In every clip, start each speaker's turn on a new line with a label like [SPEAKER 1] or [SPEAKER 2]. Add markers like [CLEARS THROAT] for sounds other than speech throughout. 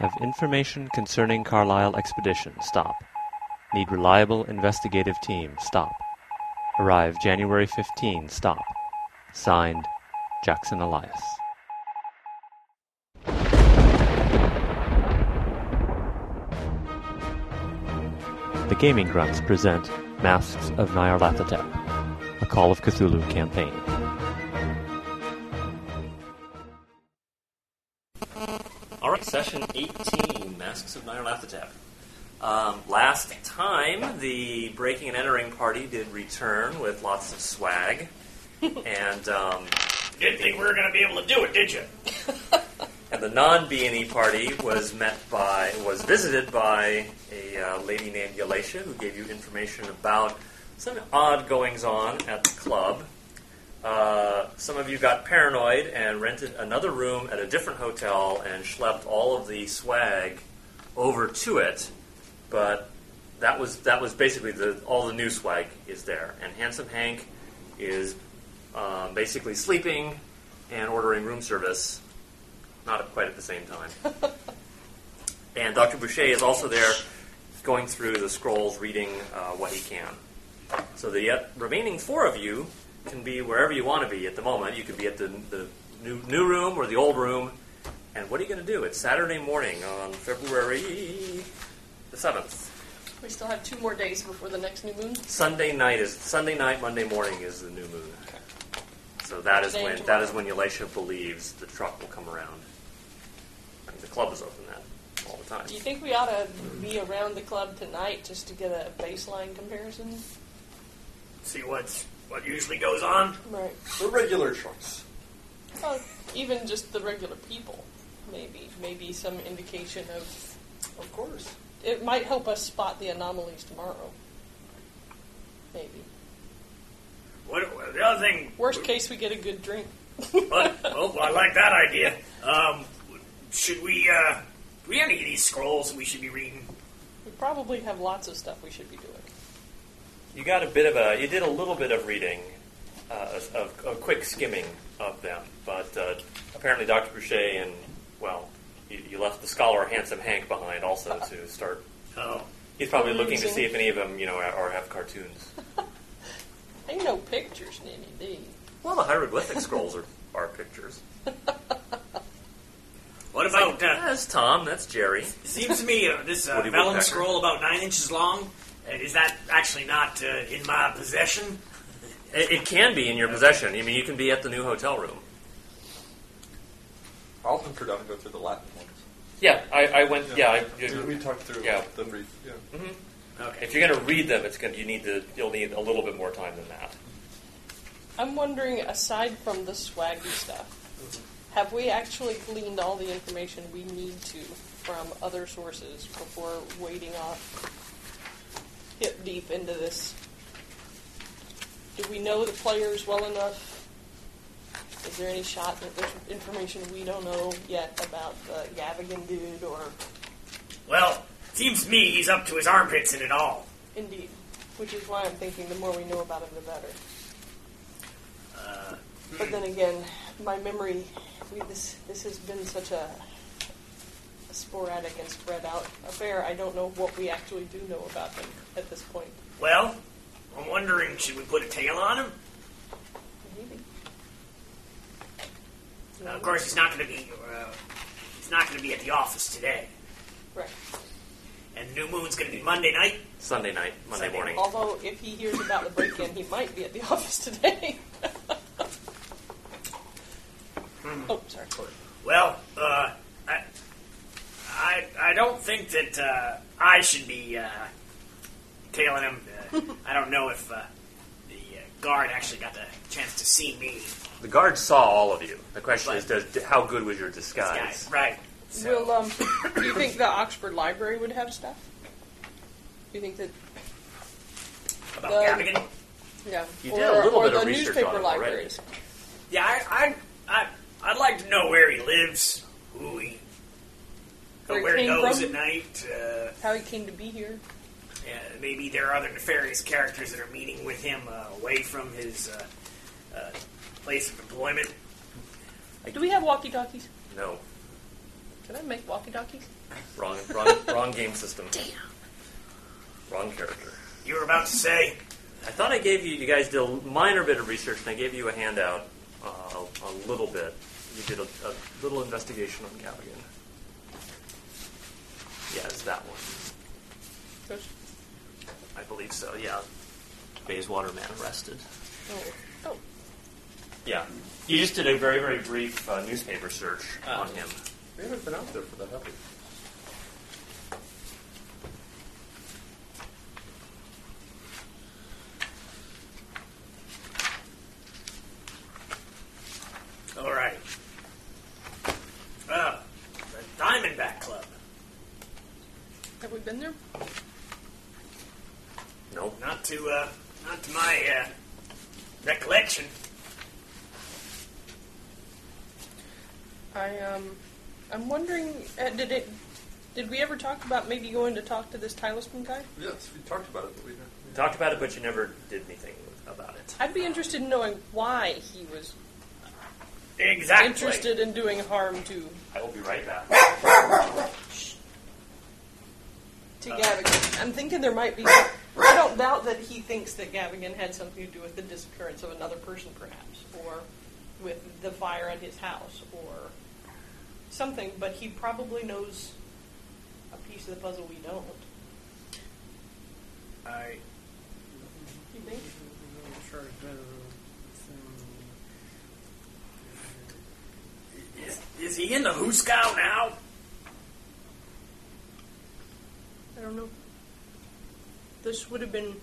[SPEAKER 1] Have information concerning Carlisle expedition. Stop. Need reliable investigative team. Stop. Arrive January 15. Stop. Signed, Jackson Elias. The Gaming Grunts present Masks of Nyarlathotep, a Call of Cthulhu campaign.
[SPEAKER 2] All right, session 18, Masks of Nyarlathotep. Um, last time, the breaking and entering party did return with lots of
[SPEAKER 3] [LAUGHS]
[SPEAKER 2] swag, and um,
[SPEAKER 3] Didn't think we were going to be able to do it, did you?
[SPEAKER 2] [LAUGHS] and the non-B&E party was met by was visited by a uh, lady named Yalacia, who gave you information about some odd goings on at the club. Uh, some of you got paranoid and rented another room at a different hotel and schlepped all of the swag over to it, but that was that was basically the all the new swag is there. And Handsome Hank is um, basically sleeping and ordering room service, not at- quite at the same time. and Dr. Boucher is also there, going through the scrolls, reading uh, what he can. So the uh, remaining four of you can be wherever you want to be at the moment. You can be at the, the new, new room or the old room. And what are you going to do? It's Saturday morning on February the 7th.
[SPEAKER 4] We still have two more days before the next new moon.
[SPEAKER 2] Sunday night is Sunday night, Monday morning is the new moon. So that is
[SPEAKER 4] Today
[SPEAKER 2] when
[SPEAKER 4] and
[SPEAKER 2] that is when Elisha believes the truck will come around. I mean, the club is open that all the time.
[SPEAKER 4] Do you think we ought to be around the club tonight just to get a baseline comparison?
[SPEAKER 3] See what's what usually goes on.
[SPEAKER 4] Right.
[SPEAKER 2] The regular trucks.
[SPEAKER 4] Well, even just the regular people, maybe. Maybe some indication of.
[SPEAKER 2] Of course.
[SPEAKER 4] It might help us spot the anomalies tomorrow. Maybe.
[SPEAKER 3] What the other thing?
[SPEAKER 4] Worst case, we get a good drink.
[SPEAKER 3] What, oh, I like that idea. Um, should we? Uh, do we have any of these scrolls we should be reading?
[SPEAKER 4] We probably have lots of stuff we should be doing.
[SPEAKER 2] You got a bit of a, you did a little bit of reading, uh, of, of quick skimming of them, but uh, apparently Dr. Boucher and, well, you, you left the scholar Handsome Hank behind also to start.
[SPEAKER 3] Oh,
[SPEAKER 2] He's probably looking to see if any of them, you know, are, or have cartoons.
[SPEAKER 4] Ain't no pictures in any of these.
[SPEAKER 2] [LAUGHS] Well, the hieroglyphic scrolls are, are pictures.
[SPEAKER 3] what about? Uh,
[SPEAKER 2] Oh, That's Tom, that's Jerry.
[SPEAKER 3] seems to me uh, this uh,
[SPEAKER 2] Woody
[SPEAKER 3] vellum
[SPEAKER 2] Woodpecker.
[SPEAKER 3] scroll about nine inches long. Uh, is that actually not uh, in my possession?
[SPEAKER 2] It, it can be in your possession. I mean, you can be at the new hotel room.
[SPEAKER 5] I'll hunker down and go through the Latin ones.
[SPEAKER 2] Yeah, I, I went,
[SPEAKER 5] we, we talked through
[SPEAKER 2] yeah.
[SPEAKER 5] the brief. Yeah.
[SPEAKER 3] Okay.
[SPEAKER 2] if you're going to read them, it's going to, you need to, you'll need a little bit more time than that.
[SPEAKER 4] I'm wondering, aside from the swaggy stuff, have we actually gleaned all the information we need to from other sources before wading off hip deep into this? Do we know the players well enough? Is there any shot that there's information we don't know yet about the Gavigan dude or
[SPEAKER 3] Well, seems to me he's up to his armpits in it all.
[SPEAKER 4] indeed? Which is why I'm thinking the more we know about him, the better. But then again, my memory, we, this this has been such a, a sporadic and spread out affair. I don't know what we actually do know about him at this point.
[SPEAKER 3] Well, I'm wondering, should we put a tail on him?
[SPEAKER 4] Maybe.
[SPEAKER 3] Uh, of course, he's not going to be. Uh, he's not going to be at the office today.
[SPEAKER 4] Right.
[SPEAKER 3] And new moon's going to be Monday night.
[SPEAKER 2] Sunday night, Monday
[SPEAKER 3] Sunday
[SPEAKER 2] morning.
[SPEAKER 4] Although, if he hears about the break-in, he might be at the [LAUGHS] office today. oh, sorry.
[SPEAKER 3] Well, uh, I, I, I don't think that uh, I should be uh, tailing him. Uh, I don't know if uh, the uh, guard actually got the chance to see me.
[SPEAKER 2] The guard saw all of you. The question
[SPEAKER 3] Right.
[SPEAKER 2] is, does, how good was your
[SPEAKER 3] Guy,
[SPEAKER 2] disguise?
[SPEAKER 3] right?
[SPEAKER 4] Will um, do you think the Oxford Library would have stuff? Do you think that
[SPEAKER 3] About
[SPEAKER 4] the-
[SPEAKER 3] Gavigan.
[SPEAKER 4] yeah,
[SPEAKER 2] You
[SPEAKER 4] or,
[SPEAKER 2] did a little
[SPEAKER 4] or
[SPEAKER 2] bit
[SPEAKER 4] the
[SPEAKER 2] of research
[SPEAKER 4] newspaper
[SPEAKER 2] on him already.
[SPEAKER 4] libraries?
[SPEAKER 3] Yeah, I, I, I, I'd like to know where he lives, who he,
[SPEAKER 4] Where he
[SPEAKER 3] where he
[SPEAKER 4] came
[SPEAKER 3] goes
[SPEAKER 4] from?
[SPEAKER 3] at night. Uh,
[SPEAKER 4] How he came to be here?
[SPEAKER 3] Uh, maybe there are other nefarious characters that are meeting with him uh, away from his uh, uh, place of employment.
[SPEAKER 4] Do we have walkie-talkies?
[SPEAKER 2] No.
[SPEAKER 4] Should I make walkie talkies?
[SPEAKER 2] Wrong, wrong, [LAUGHS] wrong game system. Wrong character.
[SPEAKER 3] You were about to say.
[SPEAKER 2] I thought I gave you, you guys did a minor bit of research, and I gave you a handout, uh, a, a little bit. You did a, a little investigation on Galligan. Yeah, it's that one.
[SPEAKER 4] Gosh.
[SPEAKER 2] I believe so, yeah. Bayswater man arrested.
[SPEAKER 4] Oh. Oh.
[SPEAKER 2] Yeah. You just did a very, very brief uh, newspaper search
[SPEAKER 3] Oh.
[SPEAKER 2] on him.
[SPEAKER 5] We haven't been out there for that, have we?
[SPEAKER 3] All right. Uh, the Diamondback Club.
[SPEAKER 4] Have we been there?
[SPEAKER 2] Nope.
[SPEAKER 3] Not to, uh, not to my uh, recollection.
[SPEAKER 4] I um, I'm wondering, uh, did it, did we ever talk about maybe going to talk to this Tylosman guy?
[SPEAKER 5] Yes, we talked about it, but we didn't.
[SPEAKER 2] You talked about it, but you never did anything about it.
[SPEAKER 4] I'd be interested in knowing why he was
[SPEAKER 3] Exactly.
[SPEAKER 4] interested in doing harm to
[SPEAKER 2] I will be right back.
[SPEAKER 4] to Gavigan. I'm thinking there might be. I don't doubt that he thinks that Gavigan had something to do with the disappearance of another person, perhaps, or with the fire at his house, or something. But he probably knows a piece of the puzzle we don't.
[SPEAKER 3] I,
[SPEAKER 4] You think?
[SPEAKER 3] is, is he in the Huskow now?
[SPEAKER 4] I don't know. This would have been.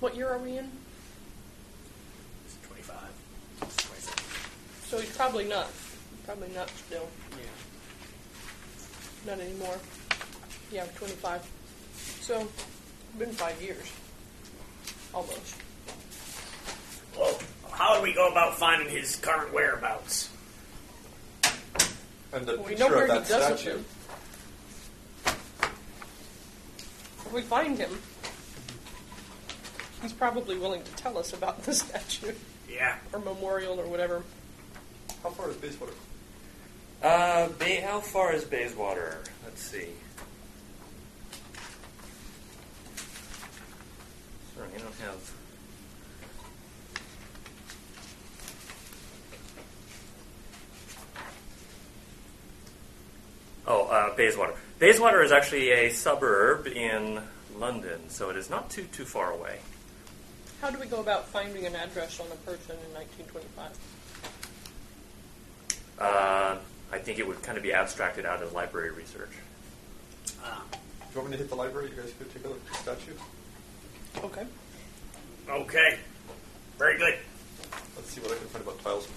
[SPEAKER 4] What year are we in?
[SPEAKER 3] He's 25. 27.
[SPEAKER 4] So he's probably not. Probably not still. Not anymore. Yeah, I'm 25. So, it's been five years. Almost.
[SPEAKER 3] Well, how do we go about finding his current whereabouts?
[SPEAKER 5] And the
[SPEAKER 4] Well, we know
[SPEAKER 5] picture
[SPEAKER 4] where
[SPEAKER 5] of
[SPEAKER 4] he
[SPEAKER 5] that
[SPEAKER 4] doesn't
[SPEAKER 5] statue.
[SPEAKER 4] live. If we find him, he's probably willing to tell us about the [LAUGHS] statue
[SPEAKER 3] Yeah.
[SPEAKER 4] or memorial or whatever.
[SPEAKER 5] How far is Bayswater?
[SPEAKER 2] Uh, Bay- how far is Bayswater? Let's see. Sorry, I don't have. Oh, uh, Bayswater. Bayswater is actually a suburb in London, so it is not too too far away.
[SPEAKER 4] How do we go about finding an address on a person in 1925?
[SPEAKER 2] Uh, I think it would kind of be abstracted out as library research.
[SPEAKER 3] Uh,
[SPEAKER 5] Do you want me to hit the library? You guys go take a look at the statue?
[SPEAKER 4] Okay.
[SPEAKER 3] okay. Very good.
[SPEAKER 5] Let's see what I can find about tiles.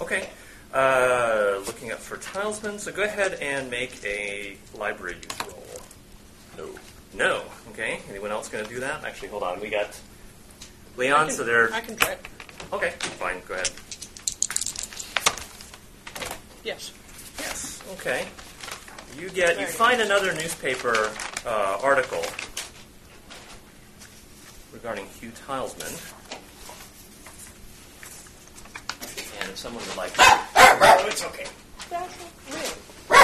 [SPEAKER 2] Okay. Uh, looking up for tilesmen, so go ahead and make a library use roll.
[SPEAKER 5] No.
[SPEAKER 2] No. Okay. Anyone else going to do that? Actually, hold on. We got Leon, so they're.
[SPEAKER 4] I can try it.
[SPEAKER 2] Okay, fine. Go ahead.
[SPEAKER 4] Yes.
[SPEAKER 2] Yes. Okay. You get. You
[SPEAKER 4] Very
[SPEAKER 2] find another newspaper uh, article regarding Hugh Tilesman. And if someone would like to
[SPEAKER 3] Oh, it's okay.
[SPEAKER 4] Special will.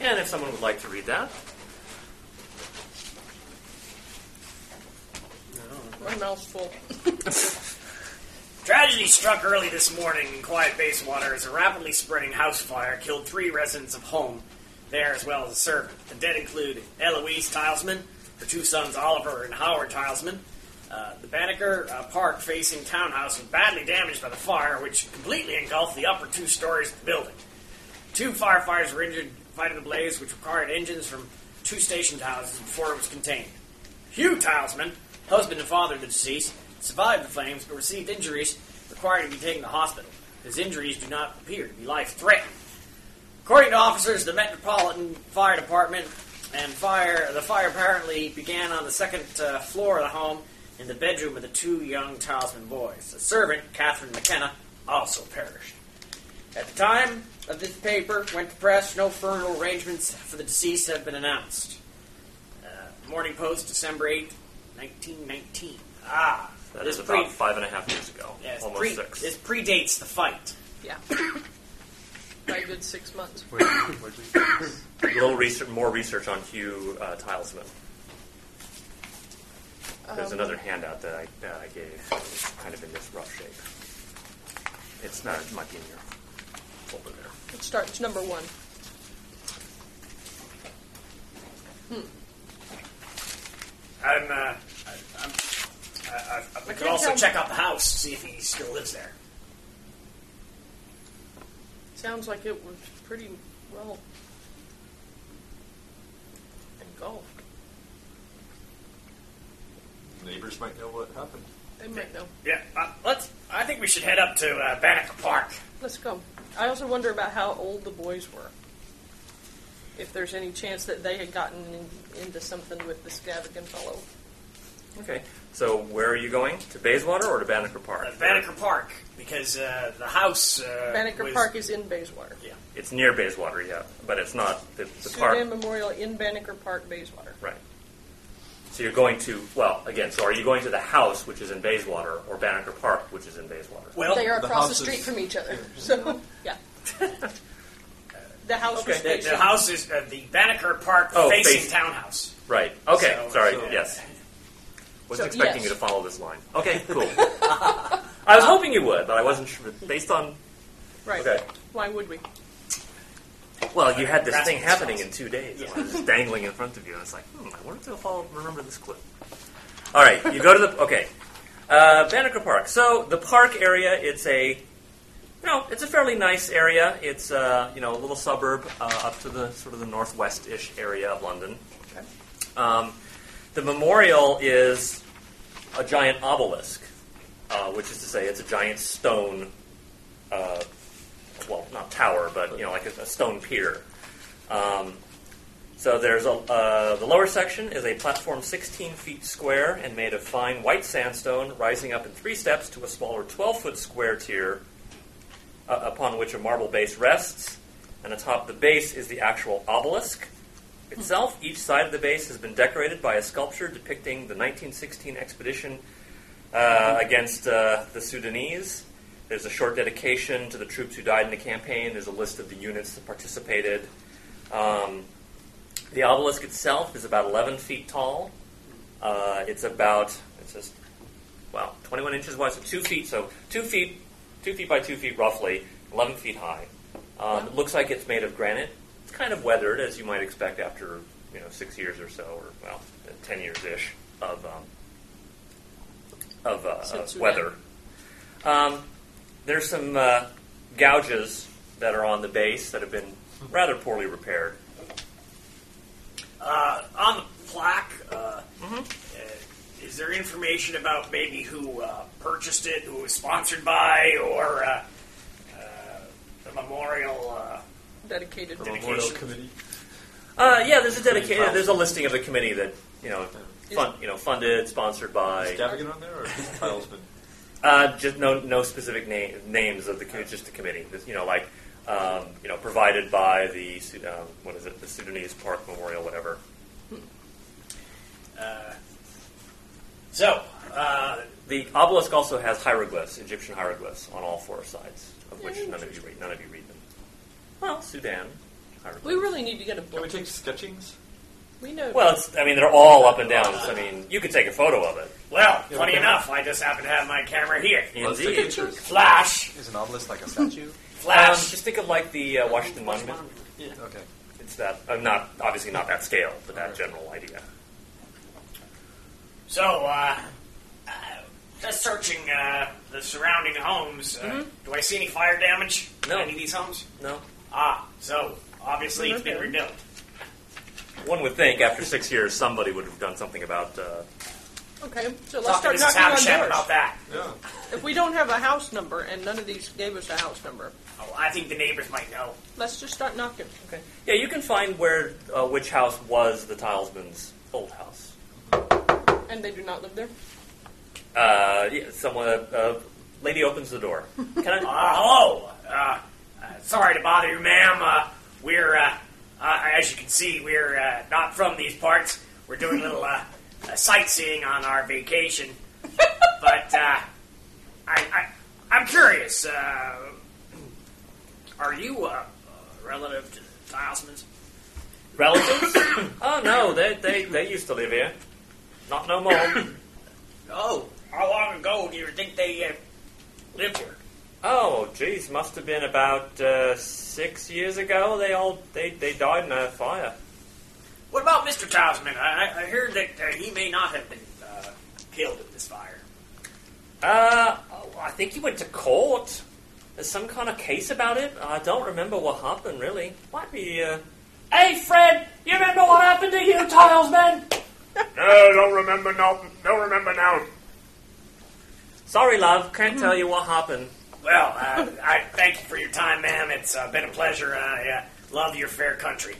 [SPEAKER 2] And if someone would like to read that,
[SPEAKER 4] One mouthful.
[SPEAKER 3] Tragedy struck early this morning in quiet Bayswater as a rapidly spreading house fire killed three residents of home there as well as a servant. The dead include Eloise Tilesman, her two sons Oliver and Howard Tilesman. Uh, the Banneker uh, Park facing townhouse was badly damaged by the fire, which completely engulfed the upper two stories of the building. Two firefighters were injured fighting the blaze, which required engines from two station houses before it was contained. Hugh Tilesman, husband and father of the deceased, survived the flames but received injuries requiring to be taken to hospital. His injuries do not appear to be life threatening. According to officers, the Metropolitan Fire Department and fire the fire apparently began on the second uh, floor of the home in the bedroom of the two young Tilesman boys. A servant, Catherine McKenna, also perished. At the time of this paper went to press, no funeral arrangements for the deceased have been announced. Uh, Morning Post, December 8th, 1919. Ah,
[SPEAKER 2] that
[SPEAKER 3] this
[SPEAKER 2] is about
[SPEAKER 3] pre-
[SPEAKER 2] five and a half years ago.
[SPEAKER 3] yes,
[SPEAKER 2] almost
[SPEAKER 3] pre-
[SPEAKER 2] six.
[SPEAKER 4] [COUGHS]
[SPEAKER 3] This predates the fight.
[SPEAKER 4] Yeah. good six months.
[SPEAKER 6] Where, where'd we find this?
[SPEAKER 2] A little research, more research on Hugh uh, Tilesman. There's
[SPEAKER 4] Um,
[SPEAKER 2] another handout that I, that I gave, It's kind of in this rough shape. It's not, it might be in your folder there.
[SPEAKER 4] It starts number one.
[SPEAKER 3] I'm, uh, I, I'm, I, I, I,
[SPEAKER 4] I
[SPEAKER 3] could
[SPEAKER 4] can't
[SPEAKER 3] also
[SPEAKER 4] tell-
[SPEAKER 3] check out the house, see if he still lives there.
[SPEAKER 4] Sounds like it was pretty well engulfed.
[SPEAKER 5] Neighbors might know what happened.
[SPEAKER 4] They might know.
[SPEAKER 3] Yeah, uh, let's. I think we should head up to uh, Banneker Park.
[SPEAKER 4] Let's go. I also wonder about how old the boys were. If there's any chance that they had gotten in, into something with the Scavigan fellow.
[SPEAKER 2] Okay, so where are you going? To Bayswater or to Banneker Park?
[SPEAKER 3] Uh, Banneker Park, because uh, the house. Uh,
[SPEAKER 4] Banneker
[SPEAKER 3] was-
[SPEAKER 4] Park is in Bayswater.
[SPEAKER 3] Yeah.
[SPEAKER 2] It's near Bayswater, yeah, but it's not the, the park.
[SPEAKER 4] Sudan Memorial in Banneker Park, Bayswater.
[SPEAKER 2] Right. So you're going to, well, again, so are you going to the house, which is in Bayswater, or Banneker Park, which is in Bayswater?
[SPEAKER 3] Well,
[SPEAKER 4] they are
[SPEAKER 5] the
[SPEAKER 4] across the
[SPEAKER 5] house
[SPEAKER 4] street
[SPEAKER 5] is-
[SPEAKER 4] from each other. So, yeah. [LAUGHS] the house was
[SPEAKER 2] Okay.
[SPEAKER 3] the,
[SPEAKER 4] facing.
[SPEAKER 3] the house is uh, the Banneker Park
[SPEAKER 2] Oh,
[SPEAKER 3] facing
[SPEAKER 2] face-
[SPEAKER 3] townhouse.
[SPEAKER 2] Right, okay,
[SPEAKER 3] So-
[SPEAKER 2] sorry,
[SPEAKER 5] so-
[SPEAKER 2] yes. Wasn't
[SPEAKER 4] So,
[SPEAKER 2] expecting
[SPEAKER 4] yes.
[SPEAKER 2] you to follow this line. Okay, cool. I was hoping you would, but I wasn't sure. Based on,
[SPEAKER 4] Right.
[SPEAKER 2] okay.
[SPEAKER 4] Why would we?
[SPEAKER 2] well, you had this
[SPEAKER 3] Grasping
[SPEAKER 2] thing happening in
[SPEAKER 3] straws.
[SPEAKER 2] two days.
[SPEAKER 3] Yeah.
[SPEAKER 2] It was just dangling in front of you. And it's like, hmm, I wonder if they'll follow, remember this clip. All right, you go to the, okay. Uh, Banneker Park. So the park area, it's a, you know, it's a fairly nice area. It's, uh, you know, a little suburb uh, up to the sort of the northwest-ish area of London.
[SPEAKER 4] Okay.
[SPEAKER 2] Um, the memorial is a giant obelisk, uh, which is to say, it's a giant stone, uh, well, not tower, but you know, like a, a stone pier. Um, so there's a uh, the lower section is a platform 16 feet square and made of fine white sandstone, rising up in three steps to a smaller 12 foot square tier, uh, upon which a marble base rests. And atop the base is the actual obelisk itself. Each side of the base has been decorated by a sculpture depicting the 1916 expedition uh, against uh, the Sudanese. There's a short dedication to the troops who died in the campaign. There's a list of the units that participated. Um, the obelisk itself is about 11 feet tall. Uh, it's about it's just well 21 inches wide, so two feet. So two feet, two feet by two feet, roughly 11 feet high. Um, it looks like it's made of granite. It's kind of weathered, as you might expect after you know six years or so, or well, 10 years ish of um, of, uh,
[SPEAKER 4] Since
[SPEAKER 2] of
[SPEAKER 4] Sudan.
[SPEAKER 2] weather. Um, there's some uh, gouges that are on the base that have been rather poorly repaired.
[SPEAKER 3] Uh, on the plaque, uh, uh, is there information about maybe who uh, purchased it, who it was sponsored by, or uh, uh, the memorial? Uh,
[SPEAKER 4] Dedicated.
[SPEAKER 5] The
[SPEAKER 4] Is
[SPEAKER 5] memorial
[SPEAKER 3] Dedication.
[SPEAKER 5] committee.
[SPEAKER 2] Uh, yeah, there's a dedicated. There's a listing of the committee that you know, fun, you know, funded, sponsored
[SPEAKER 5] Is
[SPEAKER 2] by.
[SPEAKER 5] Gavigan on there or just Tilesman?
[SPEAKER 2] [LAUGHS] Uh, just no, no specific name, names of the committee. Just the committee. This, you know, like um, you know, provided by the Su- um, what is it? The Sudanese Park Memorial, whatever.
[SPEAKER 3] so, uh,
[SPEAKER 2] The obelisk also has hieroglyphs, Egyptian hieroglyphs, on all four sides, of which none of you read. None of you read them. Well, Sudan. hieroglyphs.
[SPEAKER 4] We really need to get a book.
[SPEAKER 5] Can we take sketchings?
[SPEAKER 4] We know.
[SPEAKER 2] Well, it's, I mean, they're all up and down. I mean, you could take a photo of it.
[SPEAKER 3] well,
[SPEAKER 5] Yeah,
[SPEAKER 3] funny
[SPEAKER 5] but-
[SPEAKER 3] enough, I just happen to have my camera here.
[SPEAKER 5] Let's take
[SPEAKER 2] Indeed.
[SPEAKER 5] pictures.
[SPEAKER 3] Flash,
[SPEAKER 6] Is an obelisk like
[SPEAKER 2] [LAUGHS]
[SPEAKER 6] a statue?
[SPEAKER 2] Um,
[SPEAKER 3] flash.
[SPEAKER 2] just think of like the uh, Washington Monument.
[SPEAKER 6] Okay.
[SPEAKER 2] It's that, uh, not obviously not that scale, but that general idea.
[SPEAKER 3] So, uh, uh, just searching uh, the surrounding homes. Uh, Do I see any fire damage?
[SPEAKER 2] No.
[SPEAKER 3] Any of these homes?
[SPEAKER 2] No,
[SPEAKER 3] Ah, so obviously it's been
[SPEAKER 4] Okay.
[SPEAKER 3] rebuilt.
[SPEAKER 2] one would think after six years somebody would have done something about. Uh,
[SPEAKER 4] okay, so let's start
[SPEAKER 3] Talking to Sam
[SPEAKER 4] knocking on
[SPEAKER 3] about
[SPEAKER 4] doors.
[SPEAKER 3] that.
[SPEAKER 5] Yeah.
[SPEAKER 4] If we don't have a house number, and none of these gave us a house number,
[SPEAKER 3] Oh, I think the neighbors might know.
[SPEAKER 4] let's just start knocking.
[SPEAKER 2] okay. Yeah, you can find where uh, which house was the Tilesman's old house.
[SPEAKER 4] And they do not live there. [LAUGHS]
[SPEAKER 2] Uh, yeah, someone, uh, lady opens the door. [LAUGHS] Can I?
[SPEAKER 3] Uh, hello. Uh, uh, sorry to bother you, ma'am. Uh, we're, uh, uh, as you can see, we're uh, not from these parts. We're doing a little uh, uh, sightseeing on our vacation. but uh, I, I, I'm curious. Uh, are you uh, relative to the Tilesmans?
[SPEAKER 2] Relatives? [COUGHS] oh no, they, they they used to live here. Not no [COUGHS] more.
[SPEAKER 3] Oh, how long ago do you think they uh, lived here?
[SPEAKER 2] oh, geez, must have been about uh, six years ago. They all they, they died in a fire.
[SPEAKER 3] What about Mr. Tilesman? I, I- I heard that uh, he may not have been uh, killed in this fire.
[SPEAKER 2] Uh, oh, I think he went to court. There's some kind of case about it. I don't remember what happened really. Might be. Uh... Hey, Fred, you remember what happened to you, Tilesman?
[SPEAKER 7] No, don't remember now. Don't remember now.
[SPEAKER 2] Sorry, love, can't tell you what happened.
[SPEAKER 3] Well, uh, I thank you for your time, ma'am. It's uh, been a pleasure, and I uh, love your fair country.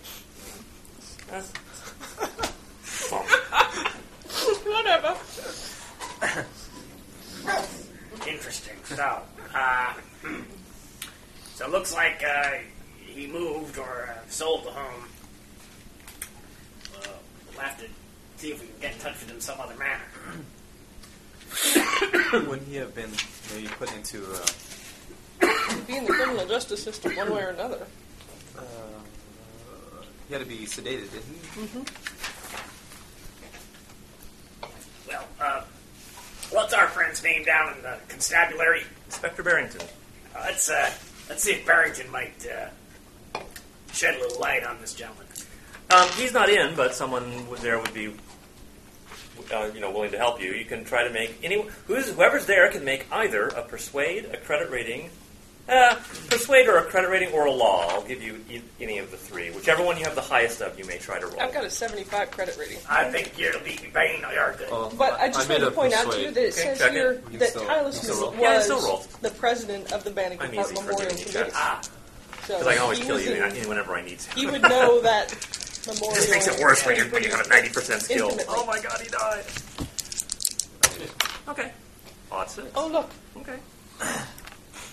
[SPEAKER 4] Whatever.
[SPEAKER 3] Interesting. So, uh, [CLEARS THROAT] so it looks like uh, he moved or uh, sold the home. Uh, we'll have to see if we can get in touch with him some other manner.
[SPEAKER 6] Wouldn't he have been maybe put into uh, a,
[SPEAKER 4] Be in the criminal justice system one way or another.
[SPEAKER 6] uh, he had to be sedated, didn't he?
[SPEAKER 3] Well, uh, what's our friend's name down in the constabulary?
[SPEAKER 2] Inspector Barrington.
[SPEAKER 3] Uh, let's uh, let's see if Barrington might uh, shed a little light on this gentleman.
[SPEAKER 2] Um, he's not in, but someone would- there would be, uh, you know, willing to help you. You can try to make any who's whoever's there can make either a persuade, a credit rating, uh, persuade or a credit rating or a law. I'll give you e- any of the three, whichever one you have the highest of. You may try to roll.
[SPEAKER 4] I've got a 75 credit rating.
[SPEAKER 3] I think you'll be banging are good.
[SPEAKER 6] Well,
[SPEAKER 4] But I just
[SPEAKER 6] made
[SPEAKER 4] wanted to
[SPEAKER 6] a
[SPEAKER 4] point out to
[SPEAKER 6] persuade.
[SPEAKER 4] you that it
[SPEAKER 2] Okay,
[SPEAKER 4] says
[SPEAKER 2] check it.
[SPEAKER 4] here
[SPEAKER 6] You
[SPEAKER 4] that
[SPEAKER 6] still-
[SPEAKER 4] Tyler
[SPEAKER 6] you still
[SPEAKER 4] Smith
[SPEAKER 6] roll.
[SPEAKER 2] Yeah, it's
[SPEAKER 4] was
[SPEAKER 2] still roll.
[SPEAKER 4] the president of the Bannock
[SPEAKER 2] I'm
[SPEAKER 4] Park
[SPEAKER 2] easy for
[SPEAKER 4] Memorial
[SPEAKER 2] giving you
[SPEAKER 4] Committee.
[SPEAKER 2] checks
[SPEAKER 3] Ah,
[SPEAKER 4] So
[SPEAKER 2] because I can always
[SPEAKER 4] he
[SPEAKER 2] kill
[SPEAKER 4] was
[SPEAKER 2] you
[SPEAKER 4] in-
[SPEAKER 2] any- whenever I need to.
[SPEAKER 4] He would know that memorial.
[SPEAKER 2] this makes [LAUGHS] it worse when you when you have a ninety percent skill.
[SPEAKER 4] Intimately.
[SPEAKER 2] Oh my god, he died. Okay. Odd six.
[SPEAKER 4] Oh look,
[SPEAKER 2] Okay.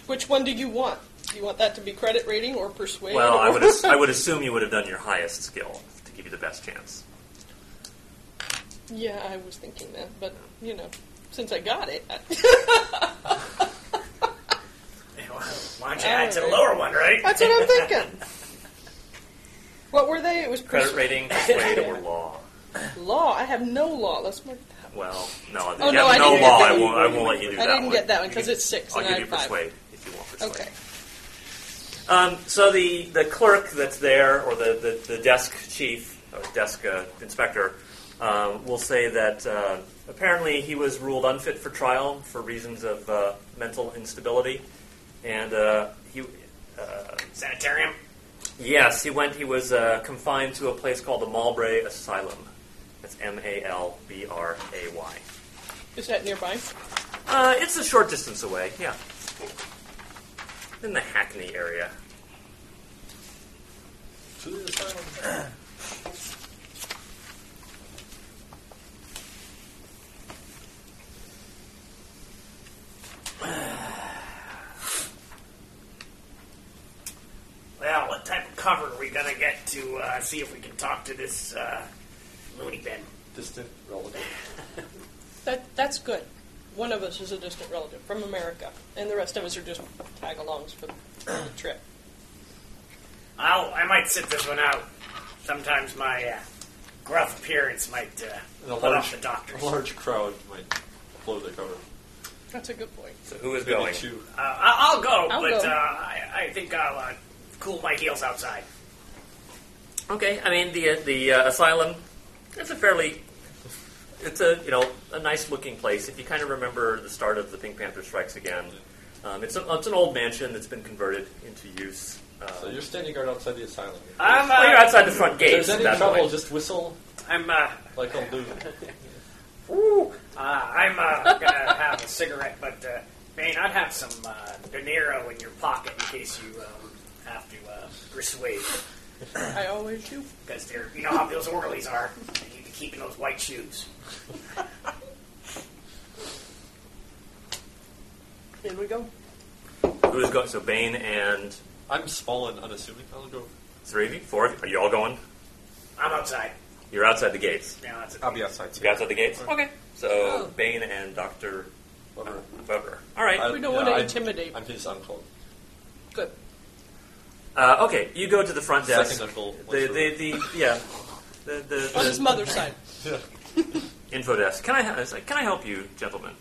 [SPEAKER 4] which one do you want? Do you want that to be credit rating or persuade?
[SPEAKER 2] Well,
[SPEAKER 4] or
[SPEAKER 2] I
[SPEAKER 4] [LAUGHS]
[SPEAKER 2] would ass- I would assume you would have done your highest skill to give you the best chance.
[SPEAKER 4] yeah, I was thinking that, but you know, since I got it,
[SPEAKER 2] [LAUGHS]
[SPEAKER 4] I-
[SPEAKER 3] why don't you add to the lower one, right?
[SPEAKER 4] that's what I'm thinking. what were they? It
[SPEAKER 2] [LAUGHS]
[SPEAKER 4] was
[SPEAKER 2] Credit
[SPEAKER 4] pers-
[SPEAKER 2] rating, persuade, or law.
[SPEAKER 4] law. I have no law. Let's mark that.
[SPEAKER 2] Well, no, if
[SPEAKER 4] Oh,
[SPEAKER 2] you
[SPEAKER 4] no, I
[SPEAKER 2] have no
[SPEAKER 4] didn't
[SPEAKER 2] law.
[SPEAKER 4] get
[SPEAKER 2] I
[SPEAKER 4] that.
[SPEAKER 2] won't. I won't let you do
[SPEAKER 4] I
[SPEAKER 2] that
[SPEAKER 4] didn't
[SPEAKER 2] one.
[SPEAKER 4] get that one
[SPEAKER 2] You
[SPEAKER 4] because
[SPEAKER 2] can-
[SPEAKER 4] it's six
[SPEAKER 2] I'll
[SPEAKER 4] and
[SPEAKER 2] give
[SPEAKER 4] I
[SPEAKER 2] you
[SPEAKER 4] have five.
[SPEAKER 2] persuade if you want persuade.
[SPEAKER 4] Okay.
[SPEAKER 2] Um, so the the clerk that's there, or the the, the desk chief, or desk uh, inspector, um, will say that uh, apparently he was ruled unfit for trial for reasons of uh, mental instability, and uh, he. Uh,
[SPEAKER 3] Sanitarium.
[SPEAKER 2] Yes, he went. He was uh, confined to a place called the Malbray Asylum. That's M A L B R A Y.
[SPEAKER 4] Is that nearby?
[SPEAKER 2] Uh, it's a short distance away. Yeah, in the Hackney area.
[SPEAKER 5] To the asylum.
[SPEAKER 3] Well, what type of cover are we gonna get to uh, see if we can talk to this uh, loony bin?
[SPEAKER 5] Distant relative.
[SPEAKER 4] That that's good. One of us is a distant relative from America, and the rest of us are just tag-alongs for the, for the trip.
[SPEAKER 3] I'll, I might sit this one out. Sometimes my uh, gruff appearance might
[SPEAKER 5] And
[SPEAKER 3] uh,
[SPEAKER 5] a
[SPEAKER 3] put
[SPEAKER 5] large,
[SPEAKER 3] off the doctors.
[SPEAKER 5] A large crowd might blow the cover.
[SPEAKER 4] That's a good point.
[SPEAKER 2] So who is
[SPEAKER 5] Maybe
[SPEAKER 2] going?
[SPEAKER 5] two.
[SPEAKER 3] Uh, I- I'll go,
[SPEAKER 4] I'll
[SPEAKER 3] but
[SPEAKER 4] go.
[SPEAKER 3] Uh, I, I think I'll uh, cool my heels outside.
[SPEAKER 2] Okay, I mean the the uh, asylum. It's a fairly, it's a you know a nice looking place. If you kind of remember the start of the Pink Panther Strikes Again, um, it's a, it's an old mansion that's been converted into use. Uh,
[SPEAKER 5] So you're standing guard outside the asylum.
[SPEAKER 3] I'm,
[SPEAKER 2] well, you're
[SPEAKER 3] uh,
[SPEAKER 2] outside the front
[SPEAKER 5] if
[SPEAKER 2] gate.
[SPEAKER 5] there's
[SPEAKER 2] at
[SPEAKER 5] any
[SPEAKER 2] that
[SPEAKER 5] trouble,
[SPEAKER 2] point.
[SPEAKER 5] just whistle
[SPEAKER 3] I'm, uh,
[SPEAKER 5] like a loon.
[SPEAKER 3] Ooh, uh, I'm uh, gonna have a cigarette, but uh, man, I'd have some uh, dinero in your pocket in case you um, have to uh, persuade,
[SPEAKER 4] I always do.
[SPEAKER 3] because they're you know how those orderlies are. They need to keep in those white shoes.
[SPEAKER 4] Here we go.
[SPEAKER 2] Who is going? So Bane and
[SPEAKER 5] I'm small and unassuming. I'll go.
[SPEAKER 2] three of you, four of you. Are you all going?
[SPEAKER 3] I'm outside.
[SPEAKER 2] You're outside the gates.
[SPEAKER 3] You know, that's
[SPEAKER 6] I'll be outside
[SPEAKER 2] You
[SPEAKER 6] too.
[SPEAKER 2] got outside the gates.
[SPEAKER 5] Okay.
[SPEAKER 2] So Bane and Doctor
[SPEAKER 5] Whatever.
[SPEAKER 2] Weber. All right.
[SPEAKER 5] I-
[SPEAKER 4] We don't
[SPEAKER 5] yeah,
[SPEAKER 4] want to
[SPEAKER 5] I'm-
[SPEAKER 4] intimidate.
[SPEAKER 5] I'm his uncle.
[SPEAKER 4] Good.
[SPEAKER 2] Uh, okay, you go to the front desk.
[SPEAKER 5] Second uncle. went
[SPEAKER 2] The,
[SPEAKER 5] through
[SPEAKER 2] the,
[SPEAKER 5] it.
[SPEAKER 2] the, yeah. The, the,
[SPEAKER 4] On his mother's
[SPEAKER 5] [LAUGHS]
[SPEAKER 4] side.
[SPEAKER 2] info desk. Can I, ha- it's like, can I help you, gentlemen?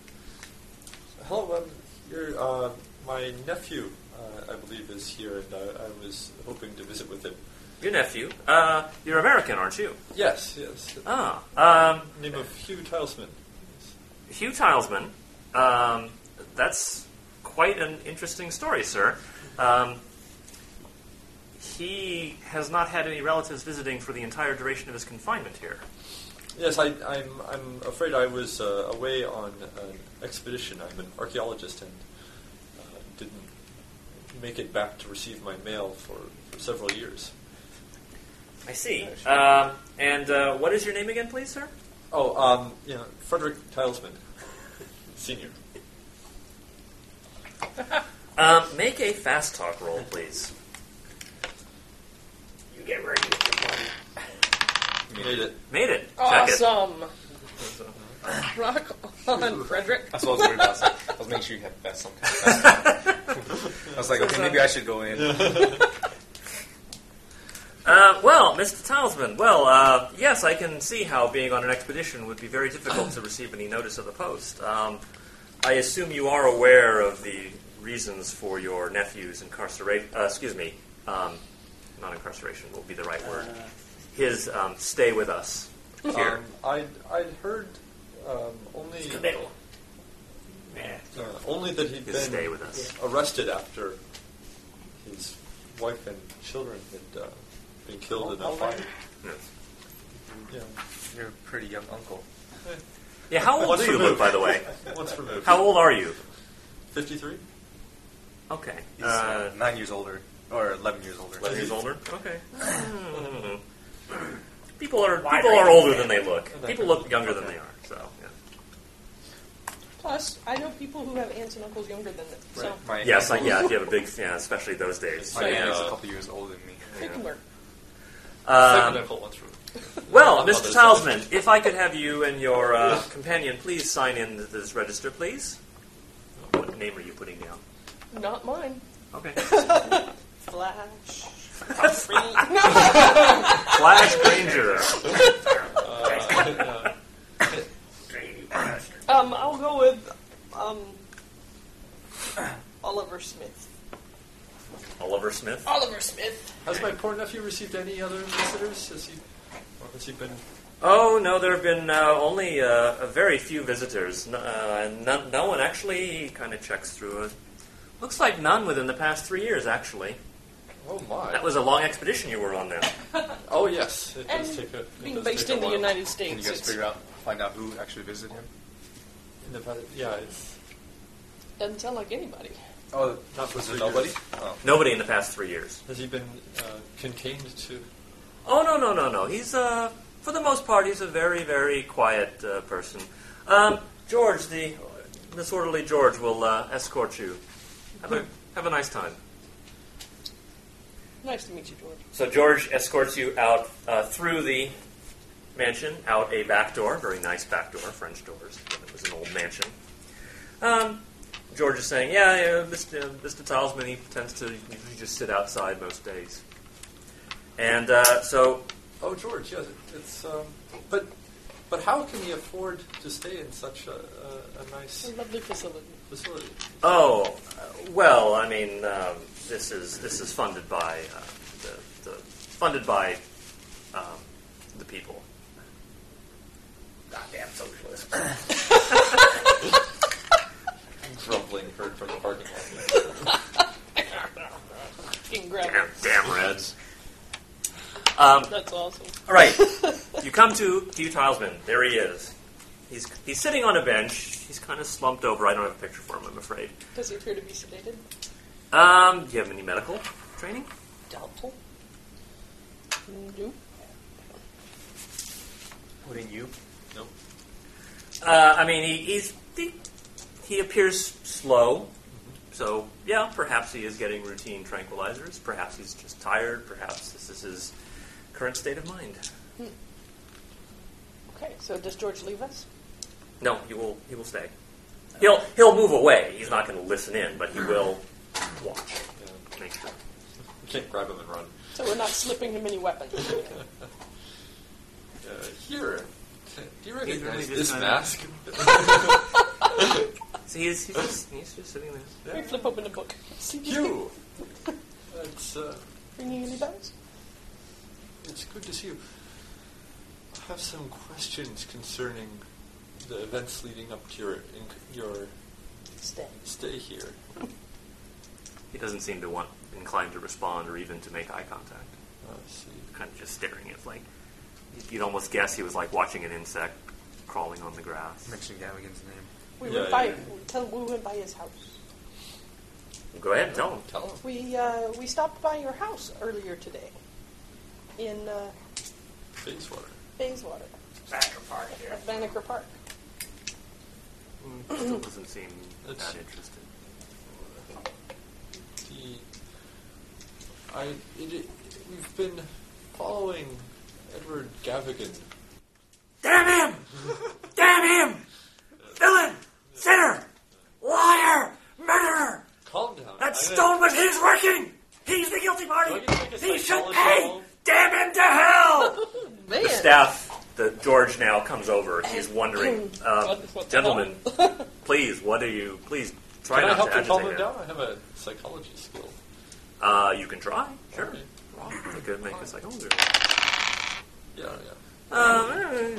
[SPEAKER 5] Hello, um, your, uh, my nephew, uh, I believe, is here, and I, I was hoping to visit with him.
[SPEAKER 2] Your nephew. Uh, you're American, aren't you?
[SPEAKER 5] Yes, yes.
[SPEAKER 2] Ah. Um,
[SPEAKER 5] Name of Hugh Tilesman.
[SPEAKER 2] Hugh Tilesman. Um, that's quite an interesting story, sir. Um, he has not had any relatives visiting for the entire duration of his confinement here.
[SPEAKER 5] Yes, I, I'm, I'm afraid I was uh, away on an expedition. I'm an archaeologist and uh, didn't make it back to receive my mail for, for several years.
[SPEAKER 2] I see. Uh, and uh, what is your name again, please, sir?
[SPEAKER 5] Oh, um, yeah, Frederick Tilesman, [LAUGHS] Senior.
[SPEAKER 2] Um, make a fast talk roll, please.
[SPEAKER 3] You get ready with your money.
[SPEAKER 5] Made it.
[SPEAKER 2] Made it. Check it.
[SPEAKER 4] Awesome. Rock on, Frederick.
[SPEAKER 8] That's what I was worried about. I was, I was making sure you had best some kind of best I was like, okay, maybe I should go
[SPEAKER 5] [LAUGHS]
[SPEAKER 8] in.
[SPEAKER 2] [LAUGHS] Uh, well, Mr. Talisman, well, uh, yes, I can see how being on an expedition would be very difficult to receive any notice of the post. Um, I assume you are aware of the reasons for your nephew's incarceration. Uh, excuse me, um, not incarceration will be the right word.
[SPEAKER 3] uh,
[SPEAKER 2] His um, stay with us here.
[SPEAKER 5] Um, I'd, I'd heard um, only
[SPEAKER 3] Committal. Yeah.
[SPEAKER 5] uh, only that he'd
[SPEAKER 2] His stay
[SPEAKER 5] been
[SPEAKER 2] with us.
[SPEAKER 5] arrested after his wife and children had uh, been killed in a fire.
[SPEAKER 2] Yes.
[SPEAKER 5] Yeah.
[SPEAKER 8] You're a pretty young uncle.
[SPEAKER 2] Yeah, how old
[SPEAKER 5] Once
[SPEAKER 2] do you
[SPEAKER 5] removed.
[SPEAKER 2] look, by the way?
[SPEAKER 5] Once
[SPEAKER 2] [LAUGHS]
[SPEAKER 5] removed.
[SPEAKER 2] How old are you?
[SPEAKER 5] 53?
[SPEAKER 2] Okay.
[SPEAKER 8] He's
[SPEAKER 2] Uh,
[SPEAKER 8] uh, nine years older, or eleven years older.
[SPEAKER 2] 11 years older? Okay. Mm. people are,
[SPEAKER 3] Wide
[SPEAKER 2] people are
[SPEAKER 3] range.
[SPEAKER 2] older than they look. People look younger than they are, so, yeah.
[SPEAKER 4] Plus, I know people who have aunts and uncles younger than them, so
[SPEAKER 8] My
[SPEAKER 2] Yes, I,
[SPEAKER 8] uncle's-
[SPEAKER 2] yeah, if you have a big, yeah, especially those days.
[SPEAKER 8] My
[SPEAKER 4] Yeah.
[SPEAKER 8] uncle's a couple years older than me.
[SPEAKER 4] it can work.
[SPEAKER 2] Um,
[SPEAKER 5] Second uncle once removed.
[SPEAKER 2] well,
[SPEAKER 5] Oh,
[SPEAKER 2] Mr.
[SPEAKER 5] there's-
[SPEAKER 2] Talisman, if I could have you and your uh, companion please sign in to this register, please. What name are you putting down?
[SPEAKER 4] [LAUGHS] Not
[SPEAKER 5] [LAUGHS]
[SPEAKER 4] mine.
[SPEAKER 2] Okay.
[SPEAKER 4] [LAUGHS] Flash.
[SPEAKER 2] [LAUGHS] Flash [LAUGHS] Granger.
[SPEAKER 5] Uh,
[SPEAKER 3] Great, you bastard.
[SPEAKER 4] Um, I'll go with um, Oliver Smith.
[SPEAKER 2] Oliver Smith.
[SPEAKER 4] Oliver Smith.
[SPEAKER 5] Has my poor nephew received any other visitors? Has he, or has he been.
[SPEAKER 2] Oh no, there have been uh, only uh, a very few visitors, N- uh, and none, no one actually kind of checks through it. Looks like none within the past three years, actually.
[SPEAKER 5] Oh my.
[SPEAKER 2] That was a long expedition you were on there.
[SPEAKER 5] oh yes. It does
[SPEAKER 4] And
[SPEAKER 5] take a. it
[SPEAKER 4] Being
[SPEAKER 5] does
[SPEAKER 4] based
[SPEAKER 5] take a
[SPEAKER 4] in the
[SPEAKER 5] while.
[SPEAKER 4] United
[SPEAKER 8] Can you
[SPEAKER 4] States.
[SPEAKER 8] guys
[SPEAKER 4] it's-
[SPEAKER 8] figure out, find out who actually visited him?
[SPEAKER 5] Independent- Yeah, it's.
[SPEAKER 4] doesn't sound like anybody.
[SPEAKER 8] Oh,
[SPEAKER 5] Not
[SPEAKER 8] was it
[SPEAKER 5] visitors.
[SPEAKER 8] nobody? Oh.
[SPEAKER 2] Nobody in the past three years.
[SPEAKER 5] Has he been uh, contained to.
[SPEAKER 2] Oh no no no no. He's uh for the most part he's a very very quiet uh, person. Um, George the disorderly George will uh, escort you. Have a have a nice time.
[SPEAKER 4] Nice to meet you, George.
[SPEAKER 2] So George escorts you out uh, through the mansion, out a back door, very nice back door, French doors. It was an old mansion. Um, George is saying, "Yeah, yeah Mr. Mr. Talisman, he tends to usually just sit outside most days." And uh, so
[SPEAKER 5] Oh, George, yes. It's. Um, but but how can he afford to stay in such a, a, a
[SPEAKER 4] It's
[SPEAKER 5] nice
[SPEAKER 4] a lovely facility.
[SPEAKER 5] facility?
[SPEAKER 2] Oh, uh, well, I mean, um, this is this is funded by uh, the, the funded by um, the people.
[SPEAKER 3] Goddamn socialist.
[SPEAKER 5] Grumbling heard from the parking lot.
[SPEAKER 4] Fucking grab
[SPEAKER 2] Damn,
[SPEAKER 4] it.
[SPEAKER 2] damn Reds. Um,
[SPEAKER 4] That's awesome.
[SPEAKER 2] all right, you come to Hugh Tilesman. There he is. He's he's sitting on a bench. He's kind of slumped over. I don't have a picture for him. I'm afraid.
[SPEAKER 4] [LAUGHS] Does he appear to be sedated?
[SPEAKER 2] Um, do you have any medical training?
[SPEAKER 4] Doubtful. Mm-hmm. Nope.
[SPEAKER 8] Wouldn't you?
[SPEAKER 5] No.
[SPEAKER 2] Uh, I mean, he, he's he, he appears slow, so yeah, perhaps he is getting routine tranquilizers. Perhaps he's just tired. Perhaps this is his current state of mind.
[SPEAKER 4] Okay, so does George leave us?
[SPEAKER 2] No, he will he will stay. He'll he'll move away. He's not going to listen in, but he will watch,
[SPEAKER 5] Yeah.
[SPEAKER 2] make sure.
[SPEAKER 5] can't grab him and run.
[SPEAKER 4] So we're not
[SPEAKER 5] [LAUGHS]
[SPEAKER 4] slipping [LAUGHS] him any weapons.
[SPEAKER 5] Uh, here, do you
[SPEAKER 2] really
[SPEAKER 5] recognize
[SPEAKER 2] just
[SPEAKER 5] this
[SPEAKER 2] kinda-
[SPEAKER 5] mask? [LAUGHS]
[SPEAKER 4] [LAUGHS]
[SPEAKER 2] So he's, he's, just, he's just sitting there.
[SPEAKER 4] we flip open the book. See, do you think
[SPEAKER 5] you.
[SPEAKER 4] [LAUGHS]
[SPEAKER 5] It's uh,
[SPEAKER 4] ringing any bells?
[SPEAKER 5] it's good to see you. I have some questions concerning the events leading up to your inc- your
[SPEAKER 4] Stay.
[SPEAKER 5] stay here. Uh,
[SPEAKER 2] He doesn't seem to want inclined to respond or even to make eye contact.
[SPEAKER 5] Uh, see.
[SPEAKER 2] Kind of just staring at like you'd almost guess he was like watching an insect crawling on the grass.
[SPEAKER 6] Mention Gavigan's name.
[SPEAKER 4] We
[SPEAKER 5] Yeah,
[SPEAKER 4] went by.
[SPEAKER 5] yeah.
[SPEAKER 4] Tell we went by his house.
[SPEAKER 2] Go ahead, tell him.
[SPEAKER 5] Tell him.
[SPEAKER 4] We uh, we stopped by your house earlier today, in uh,
[SPEAKER 5] Bayswater.
[SPEAKER 4] Bayswater,
[SPEAKER 3] Backer part here.
[SPEAKER 4] at Banneker Park.
[SPEAKER 2] Still doesn't seem that
[SPEAKER 5] That's-
[SPEAKER 2] interested.
[SPEAKER 5] The Hmm. I it, it, we've been following Edward Gavigan.
[SPEAKER 2] Damn
[SPEAKER 5] [LAUGHS]
[SPEAKER 2] him! Damn him! Villain! Sinner! Liar! Murderer!
[SPEAKER 5] Calm down.
[SPEAKER 2] That
[SPEAKER 5] I'm gonna-
[SPEAKER 2] Stoneman, Oh, he's working! He's the guilty
[SPEAKER 5] Do I
[SPEAKER 2] party!
[SPEAKER 5] get to make a
[SPEAKER 2] He should
[SPEAKER 5] psychology
[SPEAKER 2] pay!
[SPEAKER 5] roll?
[SPEAKER 2] Damn him to hell!
[SPEAKER 4] Man,
[SPEAKER 2] The staff, the George now comes over. He's wondering, um,
[SPEAKER 4] What the
[SPEAKER 2] gentlemen, please, what are you? Please try
[SPEAKER 5] Can I
[SPEAKER 2] not
[SPEAKER 5] help
[SPEAKER 2] to
[SPEAKER 5] you calm
[SPEAKER 2] agitate
[SPEAKER 5] him
[SPEAKER 2] him.
[SPEAKER 5] down? I have a psychology skill.
[SPEAKER 2] Uh, you can try. Sure.
[SPEAKER 5] Okay.
[SPEAKER 2] You could make "Oh, a psychology.
[SPEAKER 5] Yeah, yeah.
[SPEAKER 2] Uh,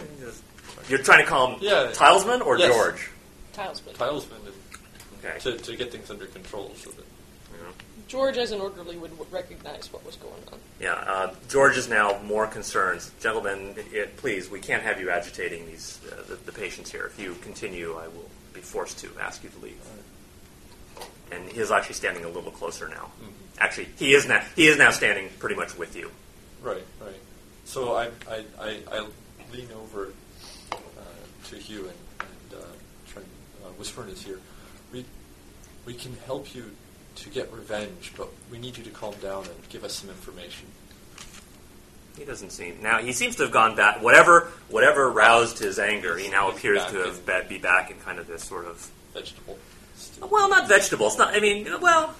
[SPEAKER 2] you're trying to calm
[SPEAKER 5] Um, Yeah.
[SPEAKER 2] Tilesman or
[SPEAKER 5] Yes.
[SPEAKER 2] George?
[SPEAKER 4] [LAUGHS] tiles, please.
[SPEAKER 5] Tilesman and
[SPEAKER 2] Okay.
[SPEAKER 5] to, to get things under control so that
[SPEAKER 4] George, as an orderly, would w- recognize what was going on.
[SPEAKER 2] Yeah, uh, George is now more concerned. Gentlemen, it, it- please, we can't have you agitating these uh, the, the patients here. If you continue, I will be forced to ask you to leave. And he is actually standing a little closer now.
[SPEAKER 5] Mm-hmm.
[SPEAKER 2] Actually, he is now he is now standing pretty much with you.
[SPEAKER 5] Right, right. So I, I, I, I lean over uh, to Hugh and, and uh, try and uh, whisper in his ear. We, we can help you to get revenge, but we need you to calm down and give us some information.
[SPEAKER 2] He doesn't seem now. He seems to have gone back. Whatever whatever roused his anger, he now
[SPEAKER 5] He's
[SPEAKER 2] appears
[SPEAKER 5] back
[SPEAKER 2] to have be, be back in kind of this sort of
[SPEAKER 5] Vegetable. stew.
[SPEAKER 2] well, not vegetable. It's not. I mean, well,